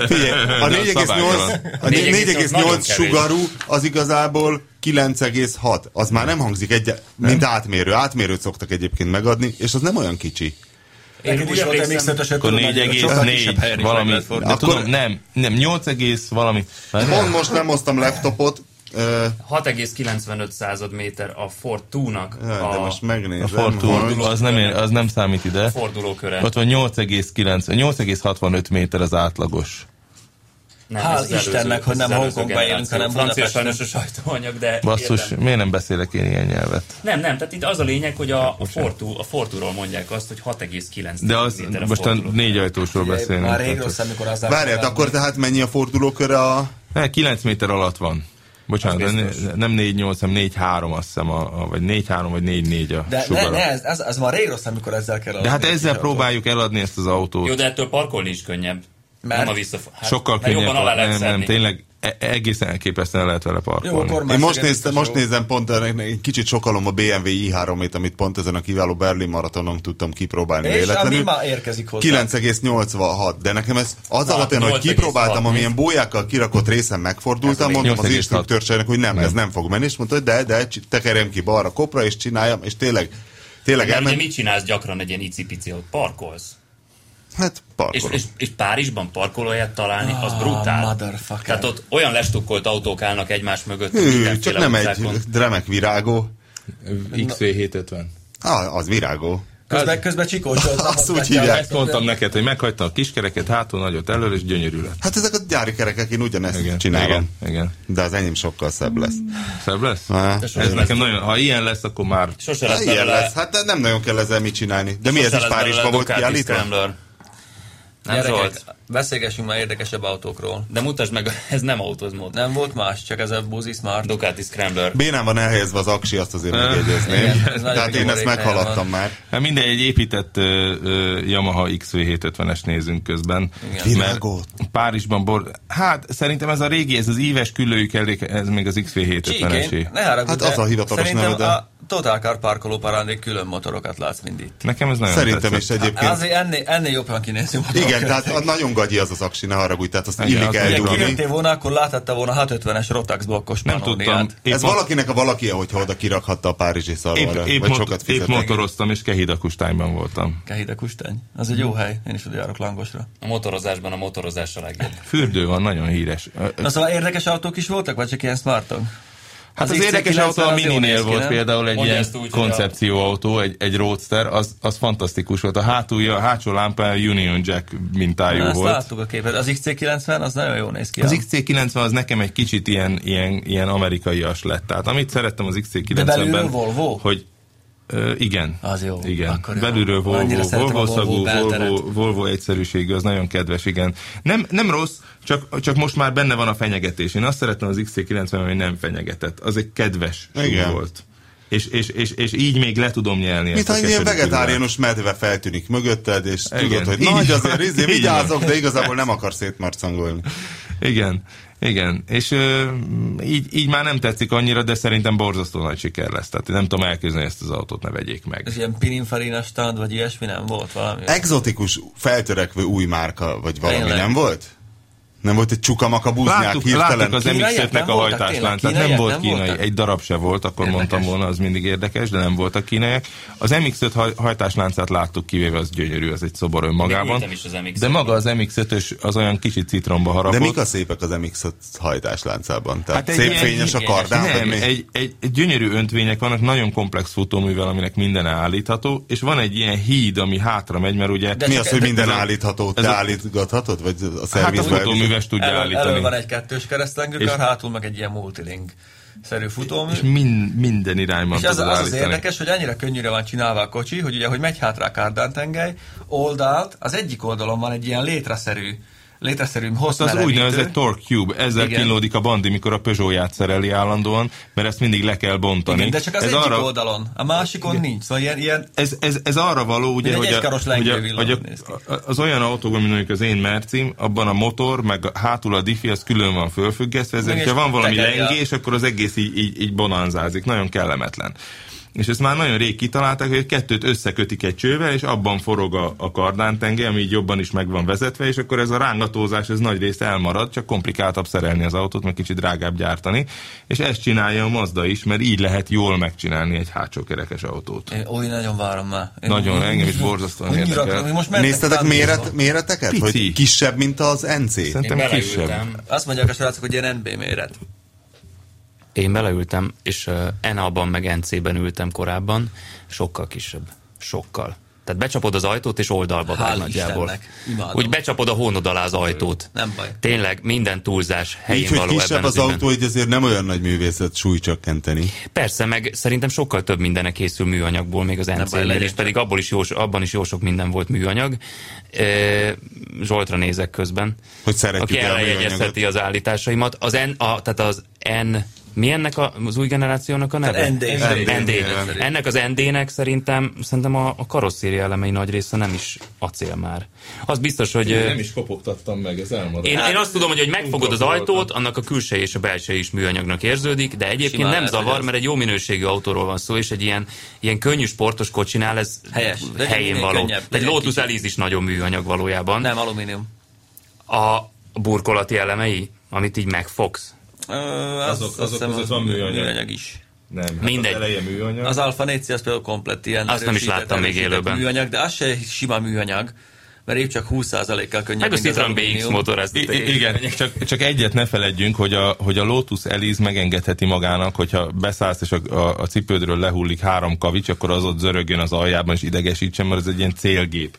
Figyelj, a Nem, 4,8 szabálytalan. a nagyon 4,8 kevés. sugarú az igazából 9,6. Az már nem hangzik egy, mint átmérő. Átmérőt szoktak egyébként megadni, és az nem olyan kicsi. Én Neked úgy volt emlékszem- emlékszem, hogy Akkor 4,4 valami. De Akkor Akkor- tudom, nem, nem, 8, egész valami. Pont most nem hoztam laptopot, ö, 6,95 század méter a Fortuna-nak de a most megnézem. A Fortun, hogy- az nem, ér, az nem számít ide. fordulóköre. Ott van 8,9, 8,65 méter az átlagos. Nem, Hál' ez az előző- Istennek, hogy ez az nem előző Hongkongban élünk, generáció. hanem Francia Budapesten. sajnos a sajtóanyag, de... Basszus, érdem. miért nem beszélek én ilyen nyelvet? Nem, nem, tehát itt az a lényeg, hogy a, a, Fortu, a Fortúról mondják azt, hogy 6,9 De az, méter a most a Fortuló. négy ajtósról beszélünk. Már tehát rég rossz, amikor az Várjál, de akkor tehát mennyi a fordulóköre a... Ne, 9 méter alatt van. Bocsánat, Az ne, biztos. nem 4-8, hanem 4-3 azt hiszem, a, a, vagy 4-3, vagy 4-4 a De ne, sugara. ne, ez, ez, ez már rég rossz, amikor ezzel kell De hát aludni. ezzel próbáljuk eladni ezt az autót. Jó, de ettől parkolni is könnyebb. Mert? Nem a vissza... Hát, Sokkal mert könnyebb. Jobban alá lehet nem, nem, szedni. tényleg e- egészen elképesztően lehet vele Jó, parkolni. akkor Én most, néztem, most nézem pont, egy kicsit sokalom a BMW i3-ét, amit pont ezen a kiváló Berlin maratonon tudtam kipróbálni És a véletlenül. Mima érkezik hozzá. 9,86, de nekem ez az Na, alapján, hogy 8,6, kipróbáltam, nézd. amilyen bójákkal kirakott részen megfordultam, Ez a mondtam az 8,6. instruktőrségnek, hogy nem, ez nem fog menni, és mondta, hogy de, de, csi- tekerjem ki balra kopra, és csináljam, és tényleg, tényleg Mert ugye elment, mit csinálsz gyakran egy ilyen icipici, hogy parkolsz? hát És, parkolok. és, és Párizsban parkolóját találni, az Ah, brutál. Ah, motherfucker. Tehát Hát ott olyan lestukkolt autók állnak egymás mögött. Hű, mindenféle csak nem utcákon. egy remek virágó. XV750. Ah, az virágó. Közben, közben Csikós Zsolt (laughs) Azt úgy nem mondhatja, hívják. ezt- Ezt mondtam neked, hogy meghagyta a kiskereket hátul, nagyot elől, és gyönyörű lett. Hát ezek a gyári kerekek, én ugyanezt Igen. csinálom. igen, Igen. igen. De az enyém sokkal szebb lesz. Szebb lesz? Ah, Sose Ez lesz- nekem nagyon, ha ilyen lesz, akkor már... Sose hát lesz ilyen belőle- lesz. Hát de nem nagyon kell ezzel mit csinálni. De mi sose ez is lesz belőle Párizsban volt Ducati kiállítva? Scrambler. Nem, Gyerekek, Zsolt? beszélgessünk már érdekesebb autókról. De mutasd meg, (laughs) ez nem autóz mód. Nem volt más, csak ez a buzi smart. Ducati Scrambler. Bénán van elhelyezve az aksi, azt azért megjegyezném. igen, ez nagyon Tehát én ezt nyomorék helyen meghaladtam van. már. Hát mindegy, egy épített uh, uh, Yamaha XV750-es nézünk közben. Igen. Virágot. Párizsban bor... Hát szerintem ez a régi, ez az íves külői kerék, ez még az Csíkén, XV750-esé. ne haragudj, Hát de az a hivatalos Szerintem neve, de- a Total Car parkoló parán külön motorokat látsz mindig. Nekem ez nagyon Szerintem tetszett. is egyébként. Azért ennél, ennél jobban kinéző motorokat. Igen, tehát a nagyon gagyi az az aksi, ne haragudj, tehát azt Igen, illik az Ugye Elgyúrni. elgyúrni. kijöttél volna, akkor láthatta volna 650-es Rotax blokkos Nem tudtam. panóniát. Épp Ez mo- valakinek a valaki, hogyha oda kirakhatta a párizsi Épp, szarvara, épp, vagy mot- sokat épp fizetett. motoroztam, és Kehidakustányban voltam. Kehide Kustány. Az egy jó Mhm. hely. Én is oda járok langosra. A motorozásban a motorozás a legjobb. Fürdő van, nagyon híres. Ö, hát ö, Na szóval érdekes autók is voltak, vagy csak ilyen smartok? Hát az, XC90 érdekes autó a az jól néz Mininél ki, volt nem? például egy Mondja ilyen ezt úgy, hogy a- koncepcióautó, egy, egy roadster, az, az fantasztikus volt. A hátulja, a hátsó lámpája Union Jack mintájú Na, Ezt volt. láttuk a képet. Az XC90 az nagyon jól néz ki. Az ám. XC90 az nekem egy kicsit ilyen, ilyen, ilyen amerikaias lett. Tehát amit szerettem az belülről XC90-ben, Volvo? hogy Ö, igen. Az jó. Igen. Akkor jó. Belülről Annyira Volvo, szeretem a Volvo szagú, Volvo belteret. Volvo, Volvo egyszerűségű, az nagyon kedves, igen. Nem, nem rossz, csak, csak most már benne van a fenyegetés. Én azt szeretem az XC90, ami nem fenyegetett. Az egy kedves súly Igen. volt. És, és, és, és, így még le tudom nyelni. Mint ezt a ha egy ilyen keserű vegetáriánus medve feltűnik mögötted, és Igen. tudod, hogy Így nagy van. azért izé, Így van. vigyázok, de igazából nem akar szétmarcangolni. Igen, igen. És ö, így, így már nem tetszik annyira, de szerintem borzasztó nagy siker lesz. Tehát én nem tudom elképzelni, hogy ezt az autót ne vegyék meg. Ez ilyen Pininfarina stand, vagy ilyesmi nem volt valami. Exotikus, feltörekvő új márka, vagy valami Tényleg. nem volt? Nem volt egy csukamaka búznyák Láttuk, láttuk az hirtelen? Kínaiak MX-5-nek nem a voltak hajtáslánt, tényleg? tehát nem Kínaiak volt nem kínai, voltak? egy darab se volt, akkor Érdekes. mondtam volna, az mindig érdekes, de nem voltak kínaiak. Az MX-5 haj- hajtásláncát láttuk, kivéve az gyönyörű, az egy szobor önmagában. ültem is az MX-5-en. De maga az MX-5-ös az olyan kicsit citromba harapott. De mik a szépek az MX-5 hajtásláncában? Hát Tehát egy szép ilyen fényes a kardán, vagy Nem, mi? egy, egy, egy gyönyörű öntvények vannak, nagyon komplex futóművel, aminek minden állítható, és van egy ilyen híd, ami hátra megy, mert ugye... De Mi az, hogy minden ez a- állítható? ez Te a- állítgathatod? Vagy a Hát a szervizbe? futóműves tudja Elől, állítani. elől van egy kettős keresztlengőkör, És- hátul meg egy ilyen multilink szerű futómű. És min, minden irányban És az, tudod az, az állítani. érdekes, hogy annyira könnyűre van csinálva a kocsi, hogy ugye, hogy megy hátra a kárdán oldalt, az egyik oldalon van egy ilyen létreszerű, létreszerű hosszú Az úgynevezett torque cube, ezzel Igen. kínlódik a bandi, mikor a Peugeot-ját szereli állandóan, mert ezt mindig le kell bontani. Igen, de csak az ez ez egyik arra, oldalon, a másikon nincs. Szóval ilyen, ilyen ez, ez, ez arra való, ugye, Mint egy hogy, a, egykaros hogy, lengő a, villamos hogy néz ki. a, az olyan autóban, mint mondjuk az én mercim, abban a motor, meg a, hátul a diffi, az külön van fölfüggesztve, ezért, Meg hogyha és van valami tekerje. lengés, akkor az egész így, így, így bonanzázik, nagyon kellemetlen. És ezt már nagyon rég kitalálták, hogy a kettőt összekötik egy csővel, és abban forog a, a kardántenge, ami így jobban is meg van vezetve, és akkor ez a rángatózás, ez nagy részt elmarad, csak komplikáltabb szerelni az autót, meg kicsit drágább gyártani, és ezt csinálja a Mazda is, mert így lehet jól megcsinálni egy hátsó kerekes autót. Én, ó, én nagyon várom már. Én Nagyon, engem is borzasztóan annyira, érdekel. mi most mentek Néztetek Dániába. méret, méreteket? Pici. Hogy kisebb, mint az NC? Én Szerintem kisebb. beleültem, Azt mondják a srácok, hogy ilyen NB méret. én beleültem, és uh, NA-ban meg NC-ben ültem korábban, sokkal kisebb. Sokkal. Tehát becsapod az ajtót, és oldalba Hál' vág nagyjából. Istennek, imádom. Úgy becsapod a hónod alá az ajtót. Nem baj. Tényleg minden túlzás helyén Így, hogy való kisebb ebben az, ügyben. autó, így azért nem olyan nagy művészet súlycsökkenteni. Persze, meg szerintem sokkal több mindenek készül műanyagból, még az baj, NC-nél, legyen és csak. pedig abból is jó, abban is jó sok minden volt műanyag. E, Zsoltra nézek közben. Hogy szeretjük Aki el a eljegyezheti az állításaimat. Az N, a, tehát az N, mi ennek a, az új generációnak a neve? Tehát ND. ND. ND. Ennek az ND-nek szerintem, szerintem a, a karosszéria elemei nagy része nem is acél már. Az biztos, hogy... ö, is kopogtattam meg, ez elmaradt. én, én azt tudom, hogy, hogy megfogod az Unkapcsoltam. ajtót, annak a külseje és a belseje is műanyagnak érződik, de egyébként Simán nem lehet, hogy zavar, az- mert egy jó minőségű autóról van szó, és egy ilyen, ilyen könnyű sportos kocsinál ez Helyes. Legyen helyén minél való. könnyebb, egy legyen Lotus kicsi. Elise is nagyon műanyag valójában. Nem, alumínium. A burkolati elemei, amit így megfogsz. Ö, az- Azok- azt azok hiszem, között az van műanyag. műanyag is. Nem, Mindegy. Hát az eleje műanyag. Az Alfa 4 az például komplet ilyen Azt nem is erősített- láttam még erősített élőben. Műanyag, de az se sima műanyag, mert épp csak 20%-kal könnyebb, Meg a mint az Citroen BX alumínium. motor, ez I- I- igen, csak, csak egyet ne feledjünk, hogy a, hogy a Lotus Elise megengedheti magának, hogyha beszállsz és a, a, a cipődről lehullik három kavics, akkor az ott zörögjön az aljában és idegesítsen, mert ez egy ilyen célgép.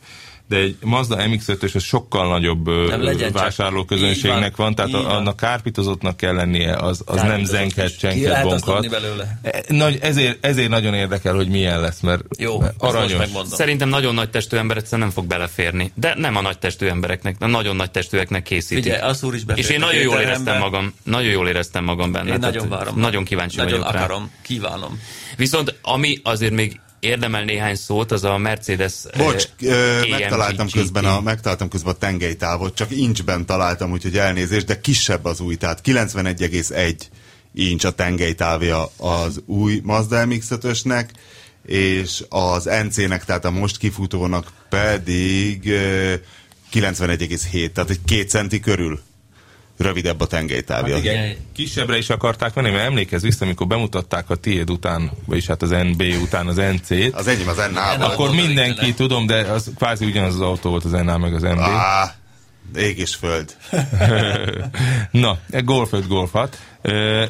de egy Mazda MX-5-ös az sokkal nagyobb ö, Nem, legyen csak- így vásárlóközönségnek van, van, tehát így a- van. annak kárpitozottnak kell lennie, az, az nem Kárpitozott zenket, is. Ki csenket, lehet azt bonkat. adni belőle? E, Nagy, ezért, ezért nagyon érdekel, hogy milyen lesz, mert Jó, mert ezt most aranyos. megmondom. Szerintem nagyon nagy testű ember egyszerűen nem fog beleférni. De nem a nagy testű embereknek, a nagyon nagy testűeknek készítik. Figyelj, az úr is és befért én a nagyon jól kéterembe. éreztem magam. Nagyon jól éreztem magam benne. Én Tehát nagyon várom. Nagyon kíváncsi Nagyon vagyok rá. akarom, kívánom. Viszont ami azért még érdemel néhány szót, az a Mercedes eh, Bocs, ö, AMG megtaláltam GT. közben, a, megtaláltam közben a tengelytávot, csak incsben találtam, úgyhogy elnézést, de kisebb az új, tehát 91,1 incs a tengelytávja az új Mazda mx és az NC-nek, tehát a most kifutónak pedig ö, 91,7, tehát egy két centi körül rövidebb a tengelytávja. Hát Hát igen, kisebbre is akarták menni, mert emlékezz vissza, amikor bemutatták a tiéd után, vagyis hát az NB után az NC-t, az enyém az NA volt. akkor oda mindenki, vitele. tudom, de az kvázi ugyanaz az autó volt az NA meg az NB. Ah. Á, ég és föld. (laughs) Na, e golf 5 golf 6. Ö, a-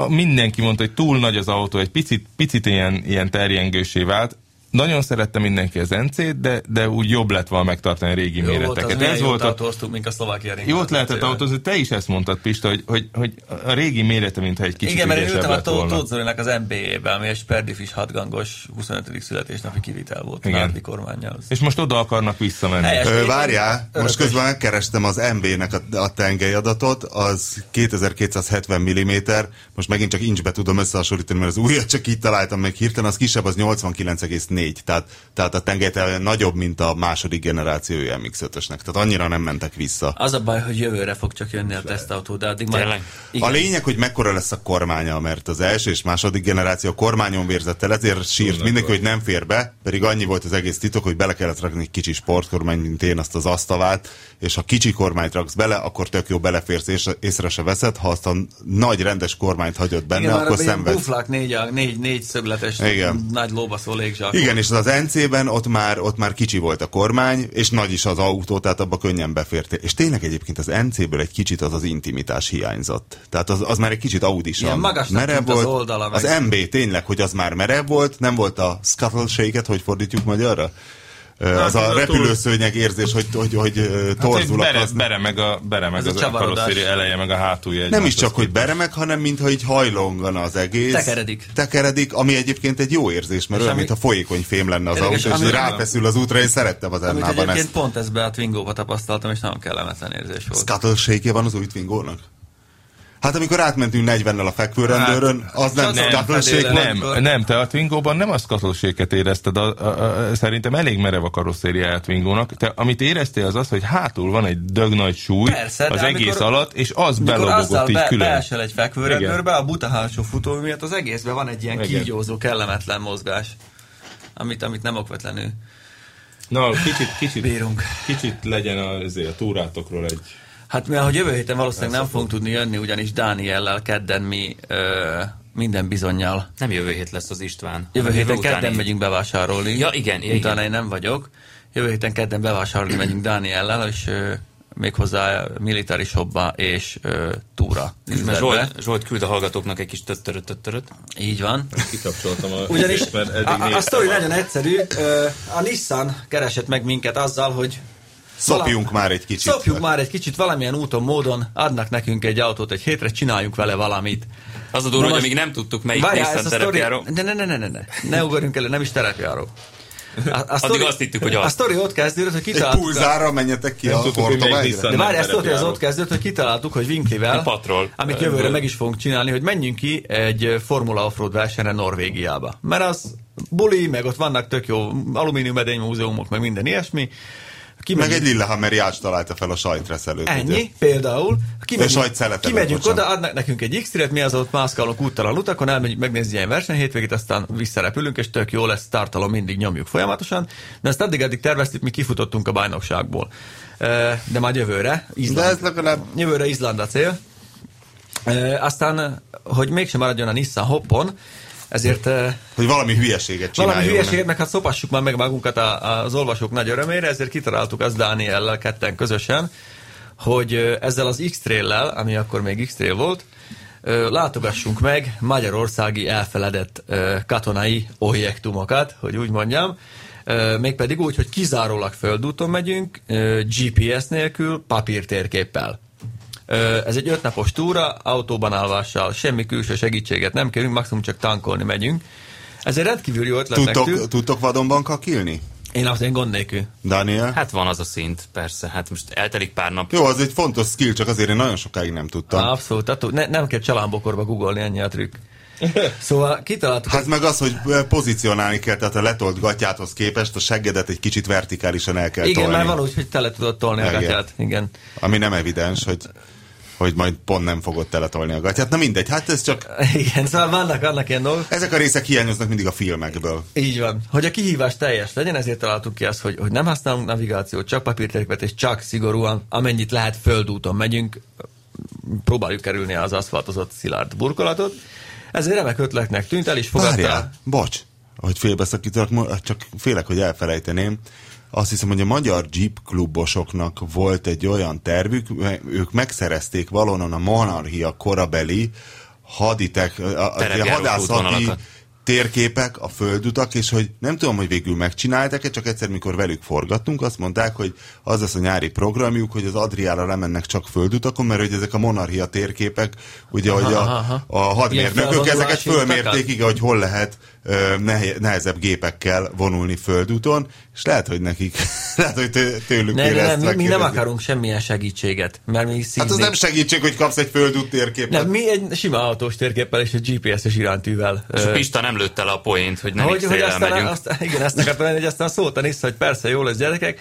a- Mindenki mondta, hogy túl nagy az autó, egy picit, picit ilyen, ilyen terjengősé vált. Nagyon szerette mindenki az NC-t, de, de úgy jobb lett volna megtartani a régi Jó volt az, méreteket. milyen Ez jót volt a autóztuk, mint a szlovákia ringben. Jót lehetett autózni, te is ezt mondtad, Pista, hogy, hogy, hogy a régi mérete, mintha egy kicsit Igen, mert én ügyesebb ültem a lett volna. Tóth Zolinak az MBE-be, ami egy Sperdifis hatgangos 25. születésnapi kivitel volt Igen. Igen. Nárdi kormányjal. És most oda akarnak visszamenni. Helyes. Ö, Én várjál, örökös. most közben megkerestem az MV-nek a, a tengely adatot, az 2270 mm, most megint csak incsbe tudom összehasonlítani, mert az újat csak így találtam meg hirtelen, az kisebb, az 89,4, tehát, tehát a tengely nagyobb, mint a második generációja MX-5-ösnek, tehát annyira nem mentek vissza. Az a baj, hogy jövőre fog csak jönni a tesztautó, de addig már... Tényleg? A Igen. lényeg, hogy mekkora lesz a kormánya, mert az első és második generáció a kormányon vérzett el, ezért sírt mindenki, hogy nem fér be, pedig annyi volt az egész titok, hogy bele kellett rakni egy kicsi sportkormány, mint én azt az asztalát, és ha kicsi kormányt raksz bele, akkor tök jó beleférsz, és észre se veszed, ha azt a nagy rendes kormányt hagyod benne, Igen, Igen, már akkor akkor ilyen szenvedsz. buflák, négy, négy, négy szögletes, Igen. nagy lóbaszó légzsák. Igen, és az NC-ben ott már, ott már kicsi volt a kormány, és nagy is az autó, tehát abba könnyen befértél. És tényleg egyébként az NC-ből egy kicsit az az intimitás hiányzott. Tehát az, az már egy kicsit audisan. Ilyen magasnak tűnt az oldala, meg- Az MB tényleg, hogy az már merev volt, nem volt a scuttle shake-et, hogy fordítjuk magyarra? Ö, Az Hát, a az a repülőszőnyeg érzés, hogy, hogy, hogy Hát ö, torzul a bere, kasz- bere, meg a, bere meg Ez az, a a csavarodás. karosszéri eleje, meg a hátulja. Nem is egymáshoz csak, hogy képest. beremek, hanem mintha így hajlongana az egész. Tekeredik. Tekeredik, ami egyébként egy jó érzés, mert És olyan, ami- mintha folyékony fém lenne az autó, Érdekes, és ami... ami- ráfeszül az útra, én szerettem az Amit ennában egyébként ezt. ezt... pont ezt be a Twingo-ba tapasztaltam, és nagyon kellemetlen érzés volt. Scuttle shake van az új Twingónak? Hát amikor átmentünk 40-nel a fekvőrendőrön, az nem Hát, nem, Scuttle shake fedélen. volt. Nem, Amikor- nem, te a Twingóban nem a szkatolséget érezted, a, a, a, szerintem elég merev a karosszériája a Twingónak. Te, amit éreztél az az, hogy hátul van egy dög nagy súly Persze, de az amikor- egész alatt, és az Mikor azzal belobogott így be, külön. beesel egy fekvőrendőrbe, a buta hátsó futómű miatt az egészben van egy ilyen Igen. kígyózó, kellemetlen mozgás, amit, amit nem okvetlenül Na, kicsit, kicsit, bírunk. kicsit legyen a, azért a túrátokról egy... Hát mert hogy jövő héten valószínűleg nem fogunk tudni jönni, ugyanis Dániellel kedden mi ö, minden bizonyal. Nem jövő hét lesz az István. Jövő héten utáni kedden hét. megyünk bevásárolni. Ja, igen, ja, Utána igen. én nem vagyok. Jövő héten kedden bevásárolni megyünk Dániellel, és ö, méghozzá militári shopba és ö, túra. Mert üzletbe. Zsolt, Zsolt küld a hallgatóknak egy kis töttöröt, töttöröt. Így van. Kikapcsoltam a... Ugyanis (laughs) a, a sztori nagyon egyszerű. Ö, A Nissan keresett meg minket azzal, hogy Szopjunk már egy kicsit. szopjuk már egy kicsit valamilyen úton, módon, adnak nekünk egy autót egy hétre, csináljunk vele valamit. Az a durva, Na hogy most- amíg nem tudtuk, melyik Várjál, Nissan ez a sztori... terepjáró. Ne, ne, ne, ne, ne, ne. Ne ugorjunk elő, nem is terepjáró. A, a azt hittük, hogy az. A sztori ott kezdődött, hogy Egy kitaláltuk... a- pulzára menjetek ki Nem a tudtuk, hogy melyik Forta Vágyra. Nissan. de várj, nem ezt ott, ez terepjáró. ott kezdődött, hogy kitaláltuk, hogy Vinklivel, A patrol. amit jövőre meg is fogunk csinálni, hogy menjünk ki egy Formula Offroad versenyre Norvégiába. Mert az buli, meg ott vannak tök jó alumíniumedény múzeumok, meg minden ilyesmi. Meg Kimegyünk, egy Lillehammeri ács találta fel a sajtreszelőt. ugye? Ennyi, például. Ha Ő Kimegyünk, sajtszeletet kimegyünk bocsánat. oda, adnak nekünk egy X-tiret, mi az ott mászkálunk úttalan utakon, elmegyünk megnézni ilyen versenyhétvégét, aztán visszarepülünk, és tök jó lesz, startalom mindig nyomjuk folyamatosan. De ezt addig-addig terveztük, mi kifutottunk a bajnokságból. Ö, De majd jövőre, De Izland, ez legalább jövőre Izland a cél. Ö, Aztán, hogy mégsem maradjon a Nissan hoppon, ezért ö, hogy valami hülyeséget csináljunk. valami hülyeséget, meg hát szopassuk már meg magunkat a- a- az olvasók nagy örömére, ezért kitaláltuk azt Dániellel ketten közösen, hogy ö, ezzel az x traillel ami akkor még x volt, ö, látogassunk meg magyarországi elfeledett ö, katonai objektumokat, hogy úgy mondjam, Ö, Mégpedig úgy, hogy kizárólag földúton megyünk, ö, GPS nélkül, papírtérképpel. Ö, Ez egy ötnapos túra, autóban állással, semmi külső segítséget nem kérünk, maximum csak tankolni megyünk. Ez egy rendkívül jó ötletnek Tudtok, tűnt. tudtok vadonban kakilni? Én azt én gond nélkül. Daniel? Hát van az a szint, persze. Hát most eltelik pár nap. Jó, az egy fontos skill, csak azért én nagyon sokáig nem tudtam. Á, Abszolút, tehát ne, nem kell csalánbokorba googolni, ennyi a trükk. Szóval kitaláltuk, Hát meg az, hogy pozícionálni kell, tehát a letolt gatyáthoz képest a seggedet egy kicsit vertikálisan el kell igen, tolni. már van úgy, hogy tele tudod tolni a Igen. gatyát. Igen. (laughs) Ami nem evidens, hogy, hogy majd pont nem fogod teletolni a gatyát. Na mindegy, hát ez csak... Igen, szóval vannak annak ilyen dolgok. Ezek a részek hiányoznak mindig a filmekből. Így van. Hogy a kihívás teljes legyen, ezért találtuk ki azt, hogy, hogy nem használunk navigációt, csak papírtérképet, és csak szigorúan, amennyit lehet földúton megyünk, próbáljuk kerülni az aszfaltozott szilárd burkolatot. Ez egy remek ötletnek tűnt, el is fogadta. Várjál, bocs, hogy félbeszakítanak, mo- csak félek, hogy elfelejteném. Azt hiszem, hogy a magyar Jeep klubosoknak volt egy olyan tervük, me- ők megszerezték valonnan a monarchia korabeli haditek, a, a, a Terepjáró hadászati útvonalakat. térképek, a földutak, és hogy nem tudom, hogy végül megcsinálták-e, csak egyszer, mikor velük forgattunk, azt mondták, hogy az lesz a nyári programjuk, hogy az Adriára lemennek csak földutakon, mert hogy ezek a monarchia térképek, ugye, hogy a, aha. a hadmérnökök felvonulási ezeket utakat? fölmérték, évekig, hogy hol lehet ö, nehe- nehezebb gépekkel vonulni földúton, és lehet, hogy nekik, (laughs) lehet, hogy tő- tőlük Ne, kéne ne, ezt ne, mi, mi nem megkérdezni. akarunk semmilyen segítséget, mert mi Hát az szívnénk. nem segítség, hogy kapsz egy földút térképet. Nem, mi egy sima autós térképpel és egy GPS-es iránytűvel. És ö, a Pista nem lőtte le a poént, hogy nem hogy, hogy x aztán, megyünk. aztán, igen, ezt akartam lenni, hogy aztán szóltan is, hogy persze, jó lesz gyerekek,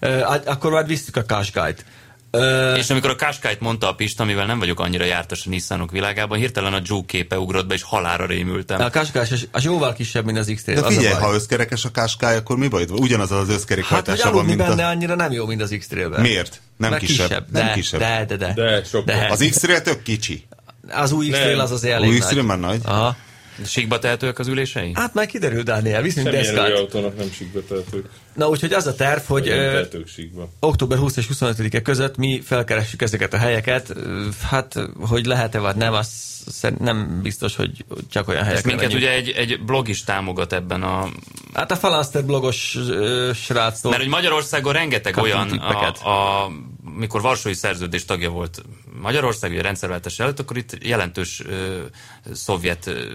Ö, hát akkor már visszük a káskájt. Ö, És amikor a Káskájt mondta a Pista, mivel nem vagyok annyira jártas a Nissanok világában, hirtelen a Joe képe ugrott be, és halára rémültem. a káskás az, az jóval kisebb, mint az X-tér. De az a figyelj, baj. ha összkerekes a káskály, akkor mi bajod? van? Ugyanaz az összkerék hát, hogy hajtása van, aludni mint benne a... annyira nem jó, mint az X-télben. Miért? Nem Mert kisebb. de, Nem kisebb. De, de, de. De, sokkal. Az X-ray tök kicsi. az új X-tél Nem. az az Új elég X-ray nagy. Ah. már nagy. Aha. Síkba tehetőek az ülései? Hát már kiderül, Dániel, viszünk Semmilyen új deszkát. autónak nem síkba tehetők. Na úgyhogy az a terv, hogy Nem ö, tehetők síkba. október 20 és 25-e között mi felkeressük ezeket a helyeket. Ö, Hát, hogy lehet-e vagy nem, az szerint nem biztos, hogy csak olyan Ezt helyekre minket menjünk. ugye egy, egy blog is támogat ebben a... Hát a Falanster blogos ö, sráctól. Mert hogy Magyarországon rengeteg Kaptunk olyan, tippeket. a, a, mikor Varsói Szerződés tagja volt Magyarország, ugye rendszerváltás előtt, akkor itt jelentős ö, szovjet ö, ö,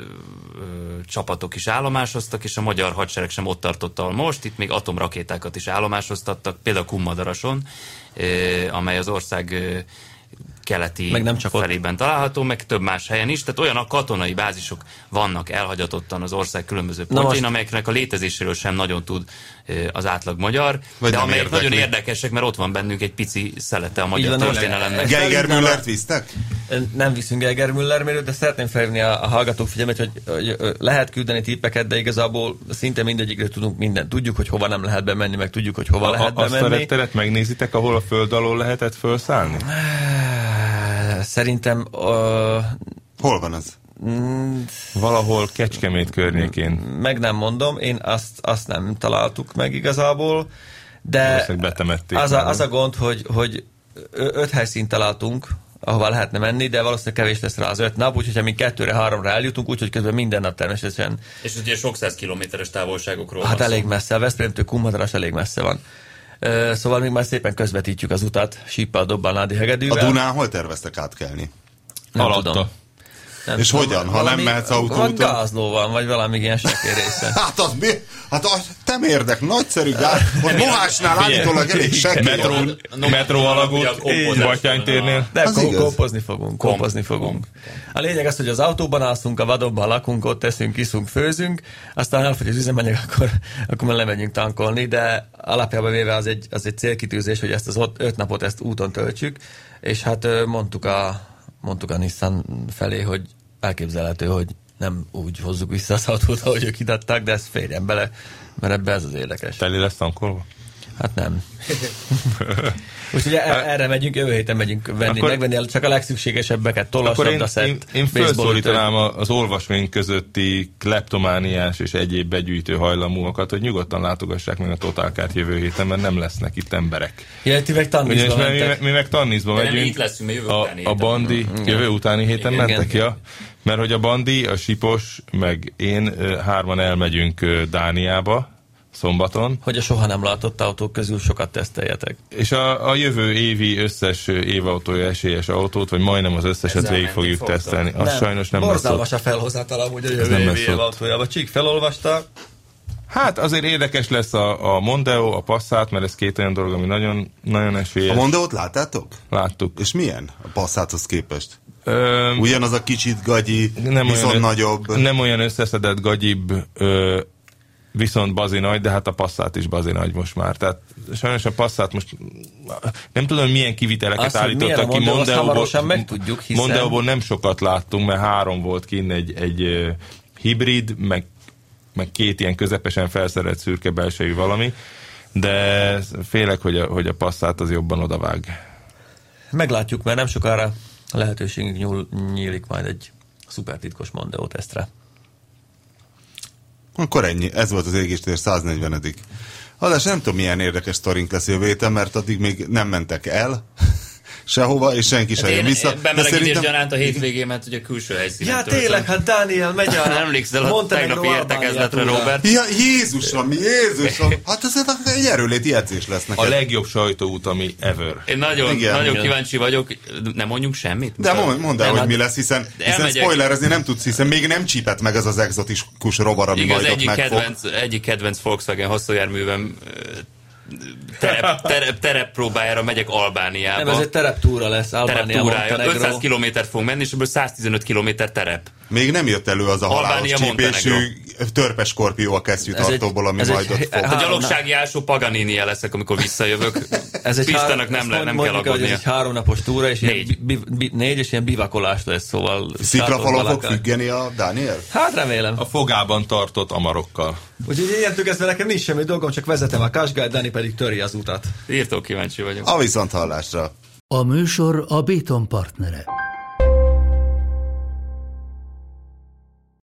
csapatok is állomásoztak, és a magyar hadsereg sem ott tartott, ahol most. Itt még atomrakétákat is állomásoztattak, például Kummadarason, ö, amely az ország ö, keleti Meg nem csak ott. felében található, meg több más helyen is. Tehát olyan a katonai bázisok vannak elhagyatottan az ország különböző Na pontjain, most- amelyeknek a létezéséről sem nagyon tud ö, az átlag magyar, Vagy de nem amelyek érdekli. nagyon érdekesek, mert ott van bennünk egy pici szelete a magyar Így van, történelemnek. Ezt Geiger elhívnám Müller a- visztek? Nem viszünk el Müller mérőt, de szeretném felhívni a, a hallgatók figyelmét, hogy, hogy ö, lehet küldeni tippeket, de igazából szinte mindegyikre tudunk mindent. Tudjuk, hogy hova nem lehet bemenni, meg tudjuk, hogy hova A, lehet azt a bemenni. retteret megnézitek, ahol a föld alól lehetett felszállni? Szerintem ö, Hol van az? Valahol Kecskemét környékén. meg nem mondom, én azt, azt nem találtuk meg igazából, de Valószínűleg betemették az már, a, az a gond, hogy, hogy ö- öt helyszínt találtunk, ahova lehetne menni, de valószínűleg kevés lesz rá az öt nap, úgyhogy ha mi kettőre, háromra eljutunk, úgyhogy közben minden nap természetesen És ugye sok száz kilométeres távolságokról Hát van szó. elég messze, a Veszprémtől Kumhadarás elég messze van. Ö, Szóval még már szépen közvetítjük az utat, síppal, dobbal, nádi A hegedűvel. Dunán hol terveztek átkelni? Nem Alatta. tudom. Nem És tudom, hogyan, ha nem valami- mehetsz autóúton? Van gázló van, vagy valami ilyen sekély része. Hát az mi? Hát az, nem érdek, nagyszerű (laughs) gát. Hogy Mohásnál állítólag elég sekély. Metró, No, metró ugye alagút, a kompozás- Batyány térnél. De Az kom- igaz. kompozni fogunk, kompozni fogunk. A lényeg az, hogy az autóban alszunk, a vadonban lakunk, ott teszünk, iszunk, főzünk, aztán elfogy az üzemanyag, (laughs) akkor, akkor már lemegyünk tankolni, de alapjában véve az egy, az egy célkitűzés, hogy ezt az ott, öt napot ezt úton töltsük, és hát ö, mondtuk a, mondtuk a Nissan felé, hogy elképzelhető, hogy nem úgy hozzuk vissza az autót, ahogy ők idatták, de ez férjen bele, mert ebbe ez az érdekes. Teli lesz tankolva? Hát nem. (laughs) Úgyhogy el, erre megyünk, jövő héten megyünk venni, Akkor- akkor, megvenni csak a legszükségesebbeket, Akkor tollasabda én, szett, én, én felszólítanám a- az olvasmény közötti kleptomániás és egyéb begyűjtő hajlamúakat, hogy nyugodtan látogassák meg a totálkát jövő héten, mert nem lesznek itt emberek. Ja, ti meg Ugyanis tanulizba mert mi, mentek. me- mi meg tannízba De nem, megyünk. mi itt leszünk, mert jövő a, utáni a héten. bandi jövő utáni héten Igen. mentek, ja? Mert hogy a bandi, a sipos, meg én ö, hárman elmegyünk ö, Dániába, szombaton. Hogy a soha nem látott autók közül sokat teszteljetek. És a, a jövő évi összes évautója esélyes autót, vagy majdnem az összeset Ezzel végig nem fogjuk fogtok. tesztelni. Az sajnos nem lesz ott. Borzalmas a felhozátal amúgy a nem jövő lesz év ott. autójában. Csík felolvasta, Hát azért érdekes lesz a, a Mondeo, a Passat, mert ez két olyan dolog, ami nagyon, nagyon A esélyes. Mondeót láttátok? Láttuk. És milyen a Passathoz képest? Öm, Mm. Ugyanaz a kicsit gagyi, nem viszont ö- nagyobb. Nem olyan összeszedett gagyibb, ö, viszont bazinagy, de hát a passzát is bazinagy most már. Tehát sajnos a passzát most nem tudom, milyen kiviteleket Azt, hogy állítottak milyen ki. a Mondeo, azt Mondeóból- hamarosan megtudjuk, hiszen- Mondeóból nem sokat láttunk, mert három volt kinn egy, egy ö, hibrid, meg, meg két ilyen közepesen felszerelt szürke belsejű valami, de félek, hogy a, hogy a passzát az jobban odavág. meglátjuk, mert nem sokára lehetőségünk nyúl, nyílik majd egy szuper titkos Mondeo tesztre. Akkor ennyi. Ez volt az égéstér 140 Adás nem tudom, milyen érdekes sztorink lesz jövő héten, mert addig még nem mentek el (laughs) sehova, és senki sem jön Hát Én, vissza. én bemelegítés szerintem... gyanánt a hétfévégén, mert ugye külső helyszínen Ja, töltöm. tényleg, hát Dániel (laughs) megy a Emlékszel a Montenegro tegnapi Albánia értekezletre, túra. Robert? Ja, Jézusom, Jézusom! Hát ez egy erőléti edzés lesz A neked. legjobb sajtóút, ami ever. Én nagyon, Igen. nagyon Igen. kíváncsi vagyok. Nem mondjunk semmit? De mondd, mondd el, Nem, hogy hát mi lesz, hiszen, hiszen elmegyek. spoilerezni nem tudsz, hiszen még nem csípett meg ez az exotikus rovar, ami Igaz, majd ott egyik megfog. kedvenc, egyik kedvenc Volkswagen haszonjárművem ö, terep, terep, terep próbájára megyek Albániába. Nem, ez egy tereptúra lesz, Albánia, tereptúrája. Montenegro. 500 kilométert fogunk menni, és ebből 115 kilométer terep. Hát, Még nem jött elő az a halálos Albánia, csípésű törpe skorpió a kesztyűtartóból, ami ez egy- majd ott fog. A Három- gyalogsági ásó Paganinia leszek, amikor visszajövök. Ez egy Pistának ezt nem, le, nem mond- kell mondjuk, hogy aggódnia. Ez egy háromnapos túra, és négy. Négy. Ilyen, bi, bi, négy, és ilyen bivakolás lesz, szóval... Sziklafalon srácok, fog balakák. függeni a Dániel? Hát remélem. A fogában tartott amarokkal. Úgyhogy ilyentől kezdve nekem nincs semmi dolgom, csak vezetem a kásgát, Dani pedig töri az utat. Írtó kíváncsi vagyok. A viszont hallásra. A műsor a Béton partnere.